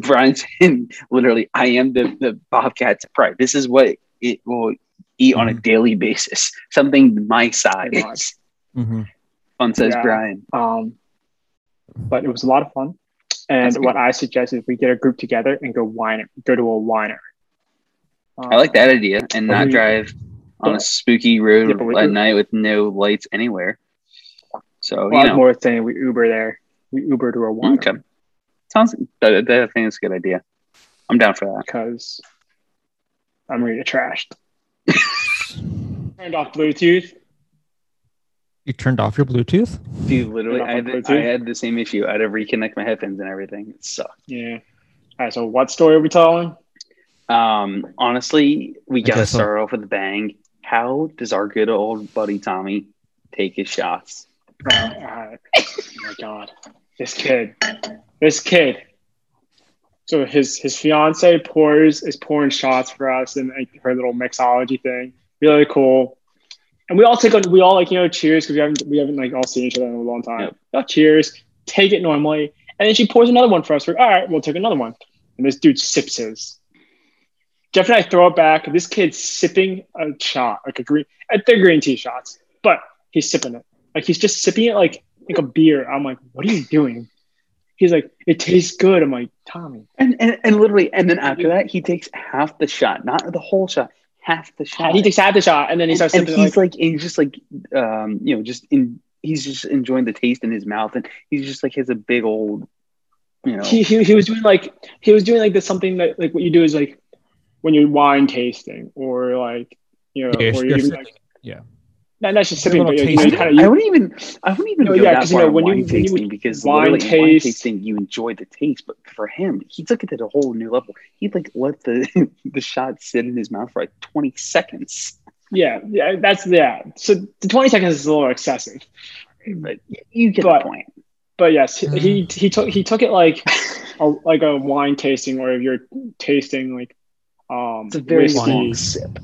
Brian's in literally. I am the the bobcat's prey. This is what it will eat on a Mhm. daily basis. Something my Pretty much. size. Mhm. Fun says Yeah. Brian. Um, but it was a lot of fun. And That's good. what I suggest is we get a group together and go wine, go to a winer. I like that idea and But not we- drive on Yeah. a spooky road Yeah, but we- at night with no lights anywhere. So A you lot know, more thing. We Uber there. We Uber to a winer okay. Sounds. That, that, I think it's a good idea. I'm down for that. because I'm gonna get trashed. Turned off Bluetooth. You turned off your Bluetooth? Dude, literally, You're not I had, on I Bluetooth? had the same issue. I had to reconnect my headphones and everything. It sucked. Yeah. All right. So what story are we telling? Um, honestly, we got to guess so. start off with a bang. How does our good old buddy Tommy take his shots? Uh, all right. Oh my god, this kid, this kid. So his his fiance pours is pouring shots for us and like, her little mixology thing. Really cool. And we all take like we all like you know cheers because we haven't we haven't like all seen each other in a long time. Yep. We all cheers, take it normally, and then she pours another one for us. We're all right, we'll take another one. And this dude sips his. Jeff and I throw it back. This kid's sipping a shot, like a green. and They're green tea shots, but he's sipping it. Like he's just sipping it like like a beer. I'm like, what are you doing? He's like, it tastes good. I'm like, Tommy, And, and and literally, and then after that, he takes half the shot, not the whole shot, half the shot. he takes half the shot, and then he and, starts and sipping. it, he's Like, like, he's just like, um, you know, just in, he's just enjoying the taste in his mouth, and he's just like has a big old, you know, he, he he was doing like he was doing like this something that like what you do is like when you're wine tasting or like you know Yeah, or you're you're even, sipping. like Yeah. not, not just sipping, little but you know, you tasting. kind I of wouldn't even. I wouldn't even No, go yeah, that 'cause, you far know, in when you- wine when you tasting would because wine literally in wine taste- tasting you enjoy the taste, but for him, he took it to a whole new level. He like let the the shot sit in his mouth for like twenty seconds. yeah yeah that's yeah. So the 20 seconds is a little excessive, Mm. But you get But- the point. but yes, he Mhm. he, Mm. he took he took it like a, like a wine tasting or if you're tasting like um It's a very whiskey, long sip.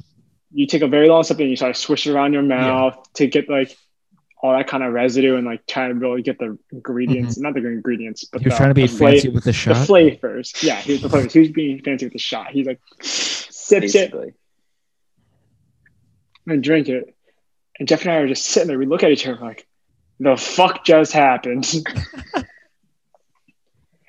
you take a very long sip and you try to swish it around your mouth to get like all that kind of residue and like try to really get the ingredients, Mm-hmm. not the ingredients, but He was the- trying to be the fla- fancy with the the shot. flavors. Yeah, he was the flavors. He was being fancy with the shot. He's like sips it Basically, and drink it. And Jeff and I are just sitting there. We look at each other like, the fuck just happened.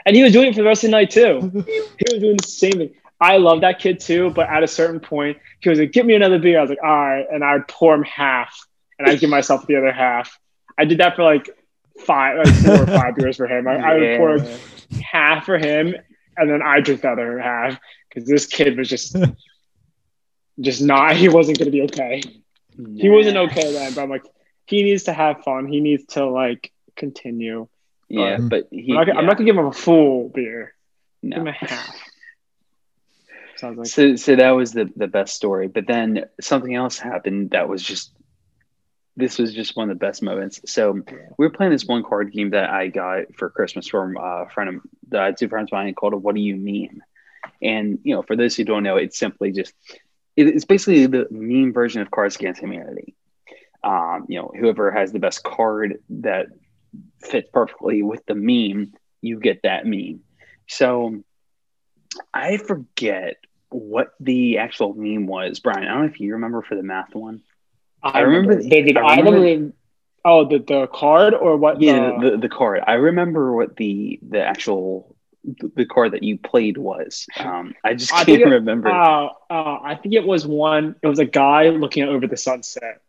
and he was doing it for the rest of the night too. He was doing the same thing. I love that kid too, but at a certain point, he was like, "Give me another beer." I was like, "All right," and I would pour him half, and I'd give myself the other half. I did that for like five, like four or five beers for him. I, I would pour Yeah. half for him, and then I drink the other half because this kid was just just not he wasn't gonna be okay. He wasn't okay then, but I'm like, he needs to have fun. He needs to like continue. Yeah, but he, I'm not, gonna- I'm yeah, not gonna give him a full beer. Give him no. a half. Sounds like So, so that was the, the best story. But then something else happened that was just, this was just one of the best moments. So we were playing this one card game that I got for Christmas from uh, a friend of uh, two friends of mine called What Do You Mean? And, you know, for those who don't know, it's simply just, it- it's basically the meme version of Cards Against Humanity. Um, you know, whoever has the best card that fits perfectly with the meme, you get that meme. So I forget what the actual meme was, Brian. I don't know if you remember for the math one. I remember the, the I remember- item. Oh, the, the card or what? Yeah, the- Uh. the, the card. I remember what the the actual the the card that you played was. Um, I just I can't think it- remember. uh, Oh, oh, I think it was one. It was a guy looking over the sunset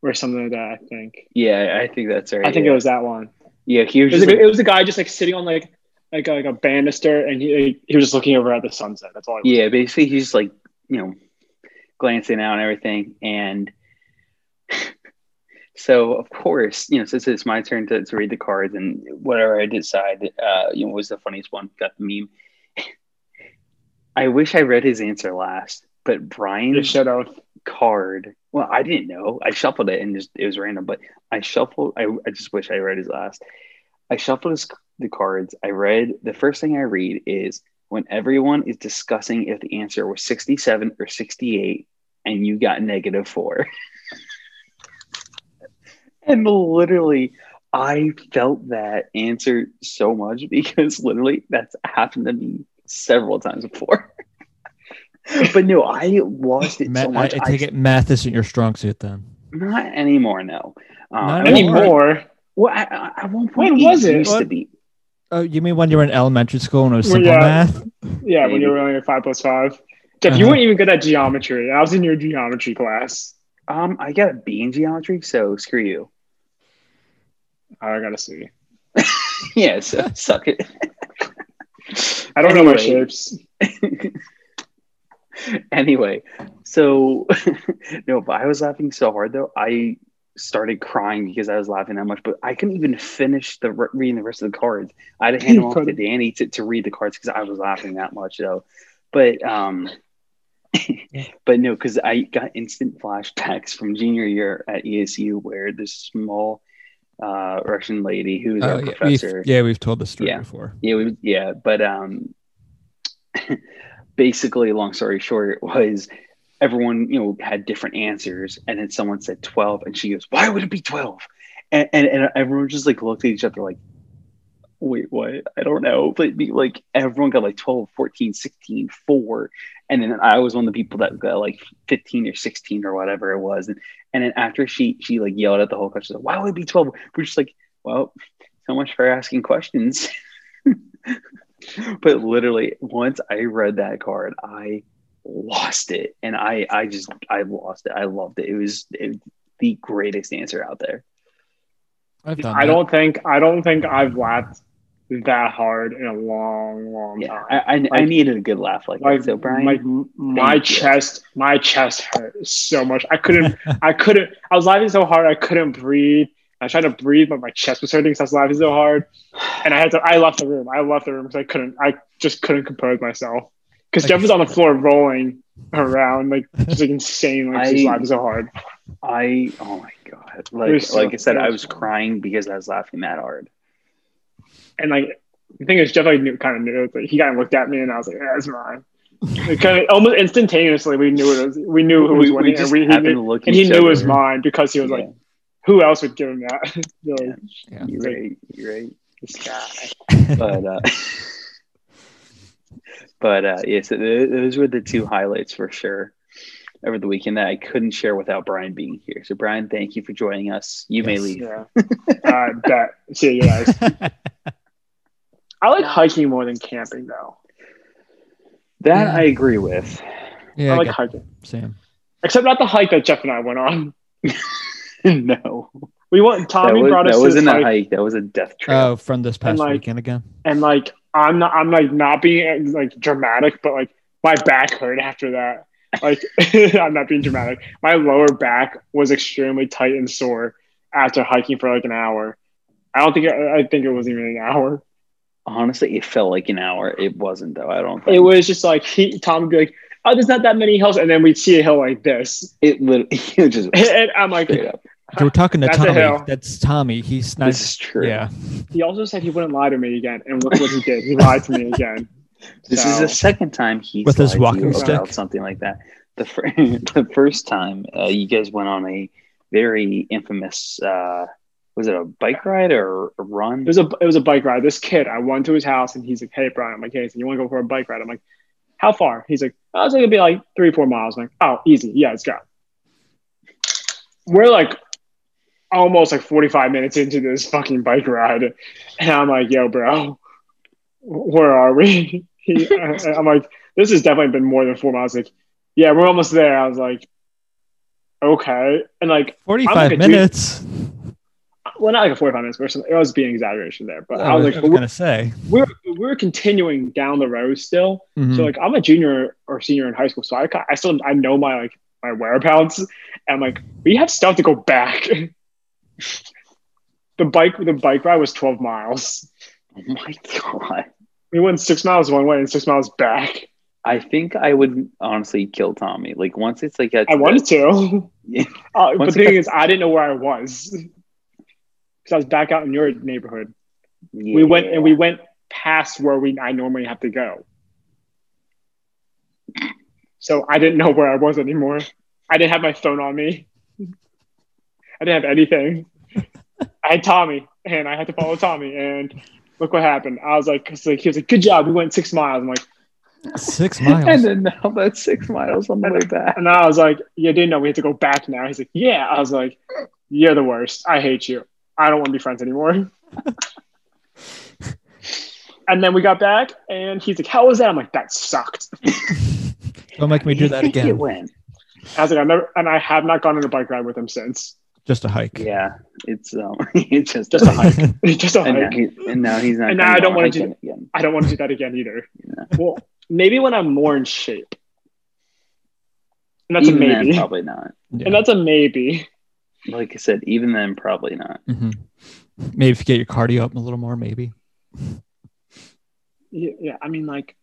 or something like that. I think. yeah, I think that's right. I think yeah. it was that one. Yeah, he was. It was, Just a, like, it was a guy just like sitting on like like a, like a banister, and he he was just looking over at the sunset. That's all. He was. yeah, basically he's just like you know glancing out and everything, and so of course you know since it's my turn to, to read the cards and whatever I decide, uh, you know, was the funniest one. Got the meme. I wish I read his answer last, but Brian The shadow. card. Well, I didn't know. I shuffled it and just it was random, but I shuffled I, I just wish I read his last. I shuffled his, the cards. I read the first thing I read is when everyone is discussing if the answer was 67 or 68 and you got negative 4. and literally I felt that answer so much because literally that's happened to me several times before. but no, I lost it Ma- so I, I much. take it math isn't your strong suit then. Not anymore, no. Um, Not I Yeah. mean, anymore. Anymore. Well, I- I- at one point, When it was it? used to What? be. Oh, you mean when you were in elementary school and it was Well, simple yeah. math? Yeah, when Maybe. you were only five plus five. Jeff, you Uh-huh. weren't even good at geometry. I was in your geometry class. Um, I got a B in geometry, so screw you. I gotta see. Yeah, so suck it. I don't know my Anyway. shapes. anyway, so no, but I was laughing so hard though. I started crying because I was laughing that much, but I couldn't even finish the re- reading the rest of the cards. I had to hand them off to Couldn't. Danny to, to read the cards because I was laughing that much though. But um, but no, because I got instant flashbacks from junior year at ESU where this small uh, Russian lady who was Oh, our yeah, professor. We've, yeah, we've told the story Yeah. before. Yeah, we, yeah, but um, basically, long story short, was everyone you know had different answers, and then someone said twelve, and she goes, "Why would it be 12? And, and and everyone just like looked at each other like, "Wait, what? I don't know." But be- like everyone got like 12, 14, 16, 4. and then I was one of the people that got like fifteen or sixteen or whatever it was, and and then after she she like yelled at the whole class, she's like, "Why would it be 12? We're just like, "Well, so much for asking questions." but literally once i read that card i lost it and i i just i lost it i loved it it was it, the greatest answer out there I've done that. I don't think I don't think I've laughed that hard in a long, long yeah time. i i, I needed a good laugh like, like that so brian like my you. chest my chest hurt so much i couldn't i couldn't i was laughing so hard i couldn't breathe i tried to breathe but my chest was hurting because i was laughing so hard and i had to i left the room i left the room because i couldn't i just couldn't compose myself because I jeff can- was on the floor rolling around like just like insane like she's I- laughing so hard i oh my god You're like so- like i said i you're was so- crying because i was laughing that hard and like the thing is jeff like knew kind of knew like he kind of looked at me and i was like yeah, it's mine kind of almost instantaneously we knew it was we knew who was we, winning we and, just we, he happened knew, to look and at he each knew it was other. mine because he was Yeah, like who else would give him that? They're like, you're right you're right This guy. but uh, but uh, yeah, so th- those were the two highlights for sure over the weekend that I couldn't share without Brian being here. So Brian, thank you for joining us. You may Yes. leave. Yeah. I bet. See you guys. I like hiking more than camping, though. That Yeah. I agree with. yeah, I I like get hiking, it, Sam. except not the hike that Jeff and I went on. no, We went. that, Tommy was, brought us that to wasn't this Uh, a hike, hike. That was a death trail. Oh, from this past like- weekend again. and like I'm not. I'm like not being like dramatic, but like my back hurt after that. Like, I'm not being dramatic. My lower back was extremely tight and sore after hiking for like an hour. I don't think I I think it was even an hour. Honestly, it felt like an hour. It wasn't though. I don't. Think. It was just like he, Tom would be like, "Oh, there's not that many hills," and then we'd see a hill like this, It literally it just and I'm like, straight up. We're talking to That's a hill. Tommy. That's Tommy. He's not. This is true. Yeah. He also said he wouldn't lie to me again, and look what he did. He lied to me again. This is So- the second time he's With his lied to walking you about stick? something like that. The, fir- the first time uh, you guys went on a very infamous uh, was it a bike ride or a run? It was a it was a bike ride. This kid, I went to his house, and he's like, "Hey, Brian," I'm like, "Hey, so you want to go for a bike ride?" I'm like, "How far?" He's like, "Oh, it's gonna be like three, four miles." I'm like, "Oh, easy, yeah, let's go." We're like almost like 45 minutes into this fucking bike ride, and I'm like, "Yo, bro, where are we?" He, I- I'm like, "This has definitely been more than four miles." Like, yeah, we're almost there. I was like, "Okay," and like I'm 45 like a dude- minutes. well, not like a 45 minutes person. It was being exaggeration there, but Oh, I I was like, was, but we're, gonna say. we're, we're continuing down the road still. Mhm. So like, I'm a junior or senior in high school, so I, ca- I still I know my like my whereabouts, and I'm like, we have stuff to go back. the bike the bike ride was 12 miles. Oh my god! We went six miles one way and six miles back. I think I would honestly kill Tommy. Like once it's like at I wanted to, Yeah. uh, but the Once thing again- is, I didn't know where I was because I was back out in your neighborhood. Yeah. We went and we went past where we I normally have to go. So I didn't know where I was anymore. I didn't have my phone on me. I didn't have anything. I had Tommy, and I had to follow Tommy. And look what happened. I was like, 'cause, like he was like, "Good job, we went six miles." I'm like, Six and miles. then now that's six miles on the way back. and I was like, "You didn't know we had to go back now." He's like, "Yeah." I was like, "You're the worst. I hate you. I don't want to be friends anymore." and then we got back, and he's like, "How was that?" I'm like, "That sucked." Don't make me do that Think It again. went. I was like, I've never, and I have not gone on a bike ride with him since. Just a hike. Yeah, it's um, it's just, Just a hike. Just a And now, hike. he, and now he's not. And now gonna I go don't on wanna do- hiking again. I don't want to do that again either. Well, maybe when I'm more in shape. And that's Even a then, maybe. probably not. Yeah. And that's a maybe. Like I said, even then, probably not. Mhm. Maybe if you get your cardio up a little more, maybe. Yeah, yeah, I mean, like,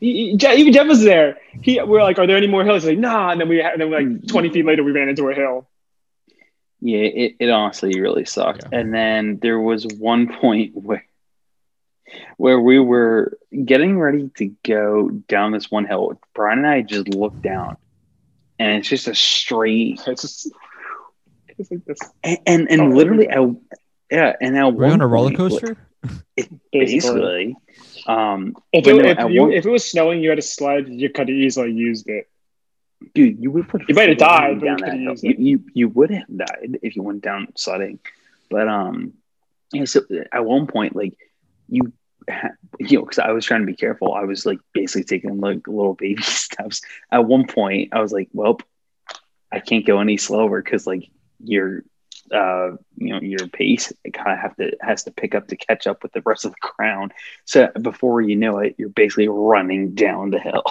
he- he- Je- even Jeff was there. He, we are like, are there any more hills? He's like, nah. And then we, and then like Mm-hmm. 20 feet later, we ran into a hill. Yeah, it, it honestly really sucked. And then there was one point where where we were getting ready to go down this one hill. Brian and I just looked down, and it's just a straight It's just, it's like this, and and, and Oh, literally, I, yeah, and now We're on a roller coaster. basically. basically. Um, If But it, no, if, at you, one- if it was snowing, you had a sled, you could have easily used it. dude, you would put You might have died, but down you that could've hill. used You, it. you you would have died if you went down sledding. But um, yeah, so at one point, like you, ha- you know, because I was trying to be careful, I was like basically taking like little baby steps. At one point, I was like, well, I can't go any slower because like your uh you know your pace kind of have to has to pick up to catch up with the rest of the crowd so before you know it you're basically running down the hill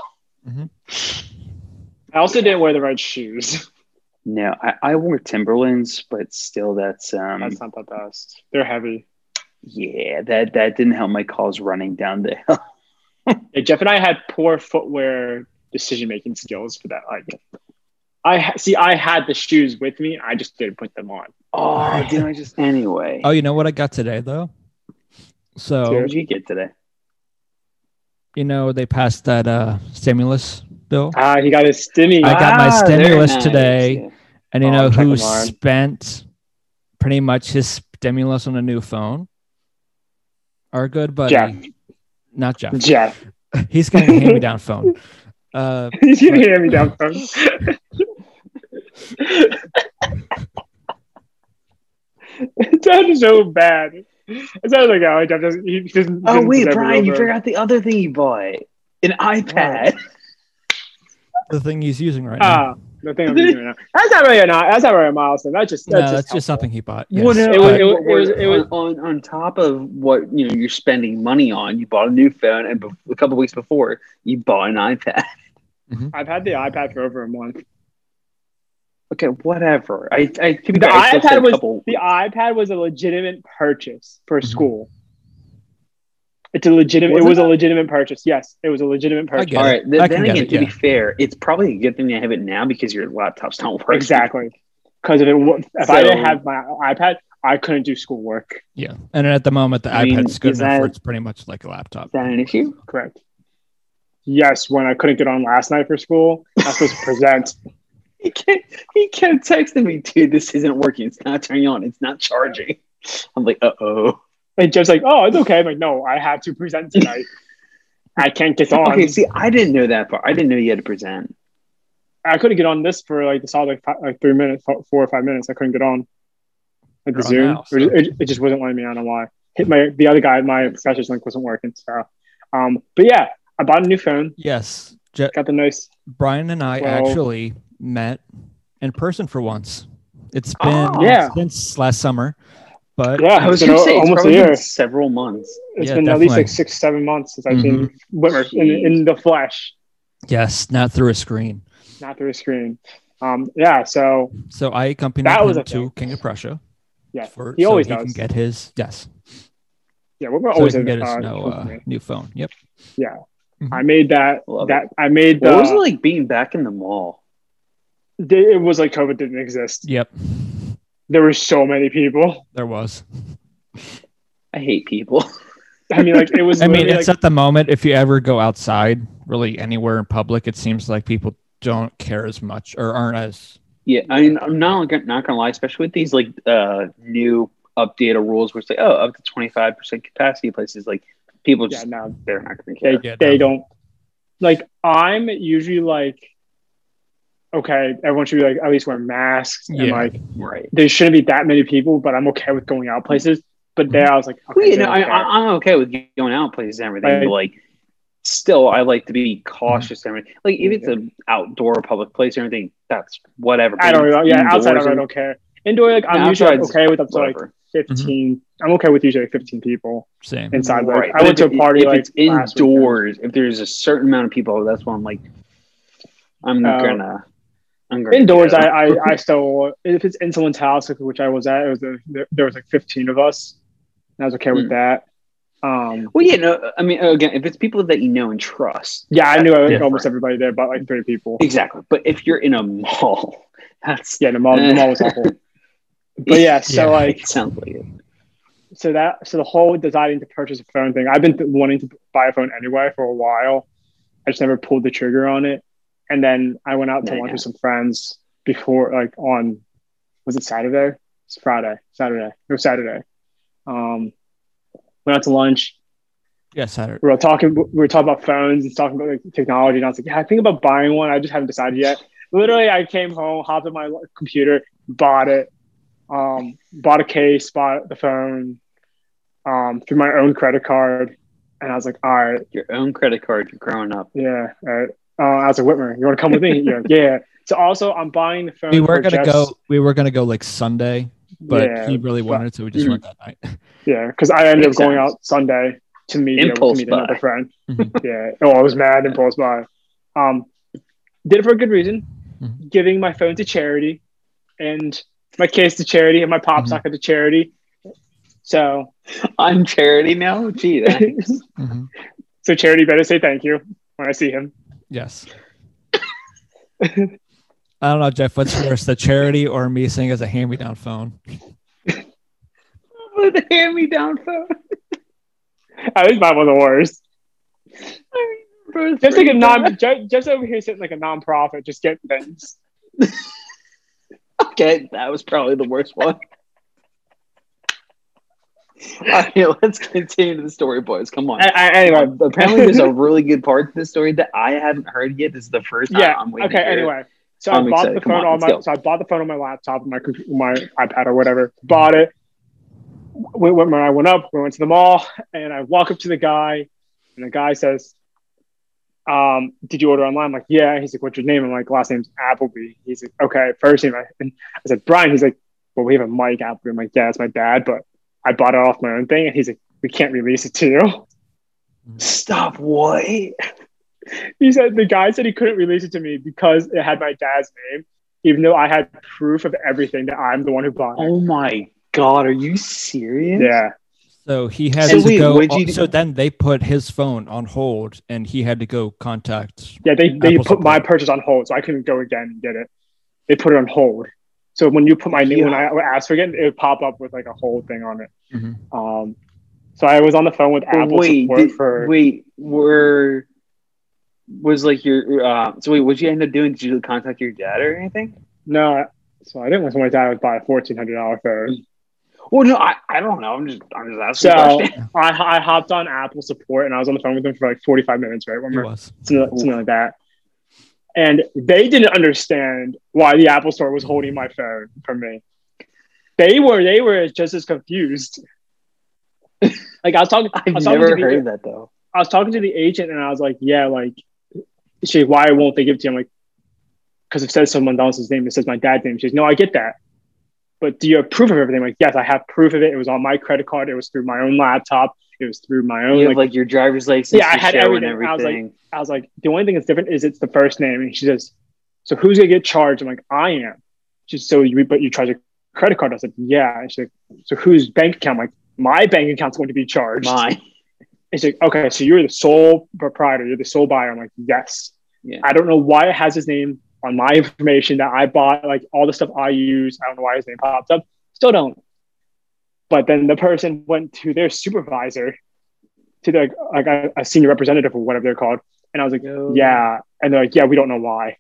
I also didn't wear the right shoes. No, I, I wore Timberlands, but still, that's um, That's not the best. They're heavy. yeah, that that didn't help my cause running down the hill. Yeah, Jeff and I had poor footwear decision making skills for that. Like, I ha- see, I had the shoes with me. I just didn't put them on. Oh, didn't I just anyway? Oh, you know what I got today though? So What'd you get today? you know they passed that uh stimulus bill. Ah, he got his stimmy. I got my Ah, very stimulus nice. today. And you Oh, know check who him on. spent pretty much his stimulus on a new phone? Our good buddy, Jeff. not Jeff. Jeff, He's getting a hand-me-down phone. Uh, he's gonna hand me down phone. it sounded so bad. It sounded like oh, Jeff doesn't. He doesn't Oh doesn't wait, put every Brian, you over. forgot the other thing you bought. An iPad. the thing he's using right now. Ah, the thing I'm doing right now. That's not really a that's not really a milestone. That's just no, that's that's just, just, something he bought. Yes. What But- It was- it was- what- what- it was- on, on on top of what you know you're spending money on. You bought a new phone, and bef- a couple weeks before, you bought an iPad. I've had the iPad for over a month. Okay, whatever. I, I think The I just iPad said was couple- the iPad was a legitimate purchase for Mhm. school. It's a legitimate. Was it it was a not? legitimate purchase. Yes, it was a legitimate purchase. get All it. right. th- I then can get again, it, to be yeah. fair, it's probably a good thing to have it now because your laptop's not working. Exactly. Because if it wa- if I didn't So- have my iPad, I couldn't do schoolwork. Yeah, and at the moment the I mean, iPad's good is enough. that- for it's pretty much like a laptop. Is that an issue? Correct. Yes, when I couldn't get on last night for school, I was supposed to present. He kept, he kept texting me, dude, this isn't working. It's not turning on. It's not charging. I'm like, uh oh. And Jeff's like, "Oh, it's okay." I'm like, "No, I have to present tonight. I can't get on. Okay, see, I didn't know that part. I didn't know you had to present. I couldn't get on this for like the solid like, fi- like three minutes, fo- four or five minutes. I couldn't get on like the You're on Zoom. now, so- It, it, it just wasn't letting me. I don't know why. Hit my the other guy. My professor's link wasn't working. So, um, but yeah, I bought a new phone. Yes, Je- Got the nice. Brian and I Well- actually met in person for once. It's been Oh. Ah. Yeah. since last summer, but Yeah, I was it's been going to o- say, it's almost a probably year. been several months. It's Yeah, been at least definitely. Mm-hmm. like six, seven months since I've seen Whitmer in, in the flesh, yes, not through a screen. not through a screen. Um, yeah, so So I accompanied That was him a to thing. King of Prussia. Yeah, for, he so always he does. can get his yes, yeah, Whitmer so he always can has, get his uh, no, cool uh, for me. new phone. Yep. I made that Love that I made the What was it like being back in the mall? they- it was like COVID didn't exist. Yep. There were so many people. There was. I hate people. I mean, like it was. I mean, literally, it's like, at the moment, if you ever go outside, really anywhere in public, it seems like people don't care as much or aren't as. Yeah, I mean, I'm not gonna- not gonna lie, especially with these like uh new updated rules, where it's like, oh, up to 25 percent capacity places, like people yeah, just no, they're not gonna care. they Yeah, they no. don't. Like I'm usually like, okay, everyone should be like at least wear masks and Yeah. like right. there shouldn't be that many people, but I'm okay with going out places. But Mm-hmm. there, I was like, okay, Well, you they know, don't I, care. I, I'm okay with going out places and everything, Right. but like, still, I like to be cautious and everything. Like, if it's an outdoor public place or anything, that's whatever. I don't know. Yeah, outside Indoors I or- don't care. Indoor, like I'm Yeah, usually outside's okay with up to like whatever. Mm-hmm. 15 i I'm okay with usually like 15 people Same. inside. Like Right. I went to But a party If like it's last weekend. indoors, if there's a certain amount of people, that's when I'm like, I'm Uh, gonna. I'm gonna Indoors, go. I, I I still if it's in someone's house, like, which I was at, it was a, there, there was like 15 of us. And I was okay with Hmm. that. Um, Well, yeah, no, I mean, again, if it's people that you know and trust, yeah, I knew like, Different. almost everybody there, but like three people. exactly. But if you're in a mall, that's Yeah, the mall, the mall was awful. But yeah, so Yeah. like it sounds like it. so that so the whole deciding to purchase a phone thing i've been th- wanting to buy a phone anyway for a while i just never pulled the trigger on it and then i went out to Yeah, lunch yeah. with some friends before like on was it saturday it's friday saturday no saturday um went out to lunch Yes, Saturday. we were talking we were talking about phones and talking about like, technology and i was like yeah i think about buying one i just haven't decided yet literally i came home hopped on my computer bought it um, bought a case bought the phone um, through my own credit card and i was like all right Your own credit card, you're growing up. yeah all right uh, i was like whitmer you want to come with me You're like, yeah so also i'm buying the phone We were for gonna Jeff's- go. We were gonna go like Sunday, but yeah, he really wanted, it, so we just Mm. went that night. yeah because i ended up Makes going sense. out sunday to meet, uh, to Impulse meet buy. another friend Mhm. yeah oh i was mad impulse buy um did it for a good reason Mhm. giving my phone to charity and my case to charity and my pop Mhm. socket to charity so I'm charity now. Gee, that- Mhm. so charity better say thank you when i see him Yes. I don't know, Jeff. What's worse, the charity or me saying as a hand-me-down phone? with the hand-me-down phone. i think mine was the worst I remember just like a three dollars. non Jeff- jeff's over here sitting like a non-profit just getting things Okay, that was probably the worst one. All right, let's continue to the story, boys. Come on. I, I, anyway Uh, apparently, there's a really good part to this story that I haven't heard yet. This is the first time yeah I'm waiting. okay to hear. anyway so i I'm bought excited. the Come phone on, on let's my go. so i bought the phone on my laptop my compu- my ipad or whatever bought it when, when I went up, we went to the mall, and I walk up to the guy, and the guy says, um, "Did you order online?" I'm like, "Yeah." He's like, "What's your name?" I'm like, "Last name's Appleby." He's like, "Okay." First name, I, and I said, "Brian." He's like, "Well, we have a Mike Appleby." I'm like, "Yeah, it's my dad, but I bought it off my own thing." And he's like, "We can't release it to you." Stop. What? He said the guy said he couldn't release it to me because it had my dad's name, even though I had proof of everything that I'm the one who bought it. Oh my god, are you serious? Yeah. So he had So to wait, go. what'd you on- do? so then they put his phone on hold, and he had to go contact. Yeah, they, they Apple put my support. purchase on hold, so I couldn't go again and get it. They put it on hold. So when you put my name, when I would ask for it, again, it would pop up with like a whole thing on it. Mhm. Um, so I was on the phone with But Apple wait, support did- for. wait, were was like your uh so wait, what'd you end up doing? Did you contact your dad or anything? No, so I didn't want someone to die. I would buy a fourteen hundred dollar phone. Well no, I, I don't know. I'm just I'm just asking So a I, question. I hopped on Apple support and I was on the phone with them for like 45 minutes, right? When He we're- was. something, like- something like that. And they didn't understand why the Apple Store was holding my phone from me. They were they were just as confused. like I was talking, I I've was talking, to never the, heard that though. I was talking to the agent, and I was like, "Yeah, like, she, why won't they give it to you?" I'm like, "Because it says someone else's name. It says my dad's name." She's, "No, I get that, but do you have proof of everything?" I'm like, "Yes, I have proof of it. It was on my credit card. It was through my own laptop. It was through my own You like, have like your driver's license. Yeah, I to had show everything. And I was like- everything. I was like, the only thing that's different is it's the first name. And she says, so who's gonna get charged? I'm like, I am. She's so you, but you charge a credit card. I was like, yeah. And she's like, so whose bank account? I'm like, my bank account's going to be charged. mine. And she's like, okay, so you're the sole proprietor, you're the sole buyer. I'm like, yes. Yeah. I don't know why it has his name on my information that I bought, like all the stuff I use. I don't know why his name popped up. Still don't. But then the person went to their supervisor, to their like a, a senior representative or whatever they're called, and I was like, No. yeah, and they're like, yeah, we don't know why.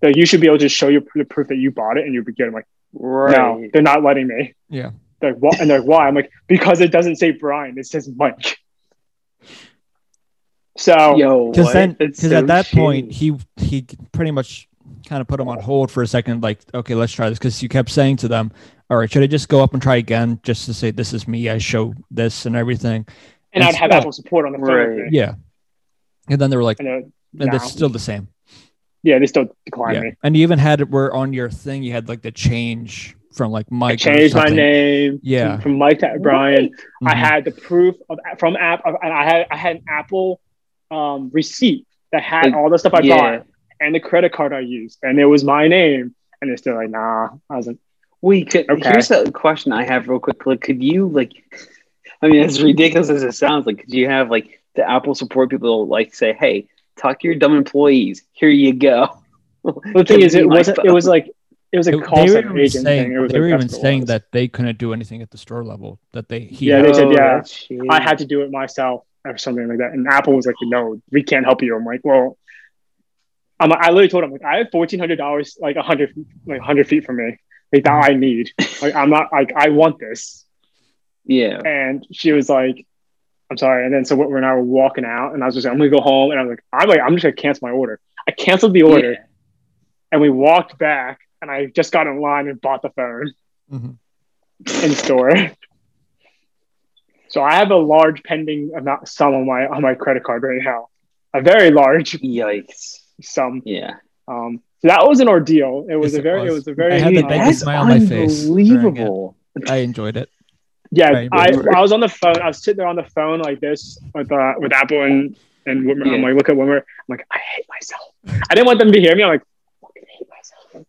They're Like, you should be able to just show your the proof that you bought it, and you'll be good. I'm like, Right. no, they're not letting me. Yeah. They're like, what? And they're like, why? I'm like, because it doesn't say Brian, it says Mike. So Yo, because what? then That's because so at that point shitty. he he pretty much kind of put him on hold for a second like okay let's try this because you kept saying to them all right should i just go up and try again just to say this is me i show this and everything and I'd have Yeah. Apple support on the phone. with Right. me. yeah and then they were like And, they're- and no. it's still the same yeah, they still declined yeah me. and you even had it where on your thing you had like the change from like I mike or changed my something. name. Yeah. From Mike to Brian. I Mhm. had the proof of from app, of- and I had I had an Apple um, receipt that had Like, all the stuff I yeah. bought and the credit card I used, and it was my name. And they're still like, nah. I was like, Wait, could, Okay. here's a question I have real quick. Like, could you like? I mean, as ridiculous as it sounds, like, could you have like the Apple support people like say, "Hey, talk to your dumb employees. Here you go." the thing Give is, me it my wasn't. It phone. was like it was They- a call they were center even agent thing. It saying, was they were like, even that's what it saying was. that they couldn't do anything at the store level that they he Yeah, they said, Oh, yeah. that's shitty. I had to do it myself or something like that. And Apple was like, no, we can't help you. I'm like, well, I'm, I literally told him, like, I have $1,400, like 100, like 100 feet from me. Like, that I need. Like, I'm not, like, I want this. Yeah. And she was like, I'm sorry. And then so we're now walking out, and I was just like, I'm gonna go home. And I was like, I'm like, I'm just gonna cancel my order. I canceled the order, and we walked back, and I just got in line and bought the phone Mhm. in store. So I have a large pending amount sum on my on my credit card right now, a very large Yeah. Yikes. sum. Yeah. Um, so that was an ordeal. It was Yes, a it very, it was. was a very. I had the um, big That's smile on my face during it. unbelievable. i enjoyed it yeah. Right, I, right. I was on the phone. I was sitting there on the phone like this with uh, with Apple and and Wimmer. I'm Yeah. like, look at Wimmer. I'm like, I hate myself. I didn't want them to hear me. I'm like, I fucking hate myself.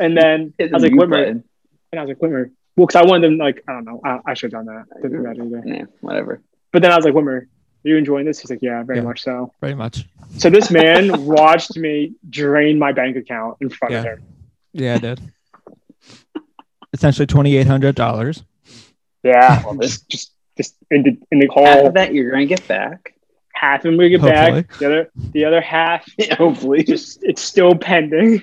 And then I Hit the was like, mute Wimmer, button. and I was like, Wimmer. Well, because I wanted them like I don't know. I, I should have done that. Didn't do that either. Nah, whatever. But then I was like, Wimmer, are you enjoying this? He's like, yeah, very Yeah. much so. pretty much So this man watched me drain my bank account in front of Yeah. him. yeah i did essentially $2800 Yeah, Well, this- just just just in the in the Half whole of that you're gonna get back. half, and we get back. Hopefully. The other the other half, Hopefully. just it's still pending.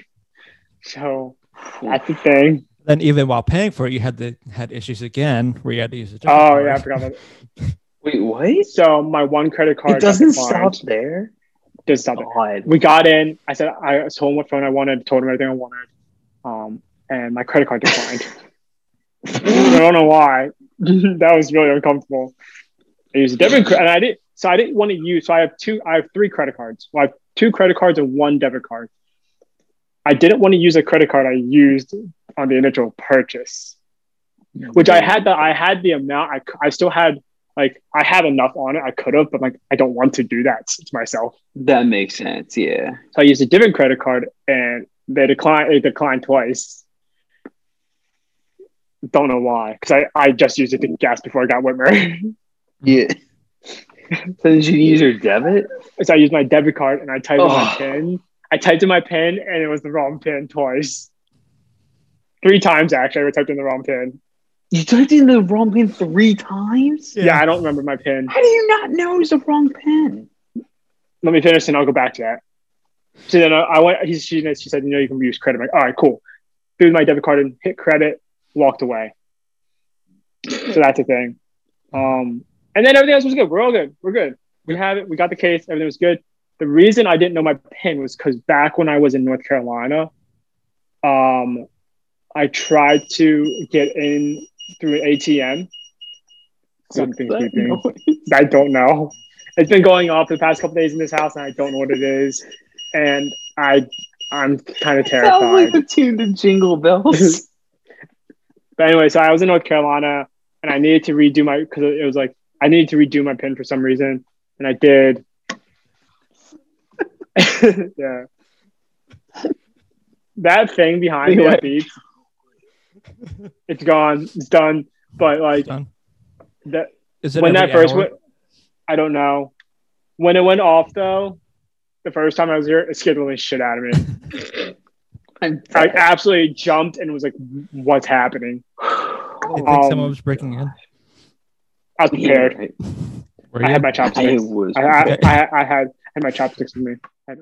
So that's the thing. Then even while paying for it, you had the had issues again where you had to use a different Oh card. yeah, I forgot about Wait, what? It that. So my one credit card got doesn't declined. stop there. Doesn't stop it. God. We got in. I said I told him what phone I wanted. Told him everything I wanted. Um, and my credit card declined. I don't know why. that was really uncomfortable. I used a debit card, and I did so. I didn't want to use. So I have two. I have three credit cards. Well, I have two credit cards and one debit card. I didn't want to use a credit card I used on the initial purchase, which I had the I had the amount. I, c- I still had Like I had enough on it, I could have, but like I don't want to do that to myself. That makes sense. Yeah. So I used a different credit card, and they declined. It declined twice. Don't know why, because I, I just used it to get gas before I got Whitmer. Yeah. so did you use your debit? so I used my debit card and I typed in my Oh. pin. I typed in my pin and it was the wrong pin twice. Three times actually, I typed in the wrong pin. You typed in the wrong pin three times? Yeah, I don't remember my pin. How do you not know it was the wrong pin? Let me finish and I'll go back to that. So then I, I went. He, she, she said, "You know, you can use credit." I'm like, all right, cool. Threw my debit card and hit credit. Walked away. So that's a thing. Um, and then everything else was good. We're all good. We're good. We have it. We got the case. Everything was good. The reason I didn't know my pin was because back when I was in North Carolina, um, I tried to get in through an ATM. Something What's that beeping. noise? I don't know. It's been going off the past couple days in this house, and I don't know what it is. And I, I'm kind of Sounds like terrified. the tune to Jingle Bells. But anyway, so I was in North Carolina, and I needed to redo my because it was like I needed to redo my pin for some reason, and I did. yeah. That thing behind me, that beeps. It's gone. It's done. But like Done. that, Is it when every that first hour? went, I don't know. When it went off though, the first time I was here, it scared the living shit out of me. I'm I sorry. absolutely jumped and was like, "What's happening?" I think um, someone was breaking in. I was Yeah, prepared. right. Were I you? had my I chopsticks. was. I, I, I, I had had my chopsticks with me.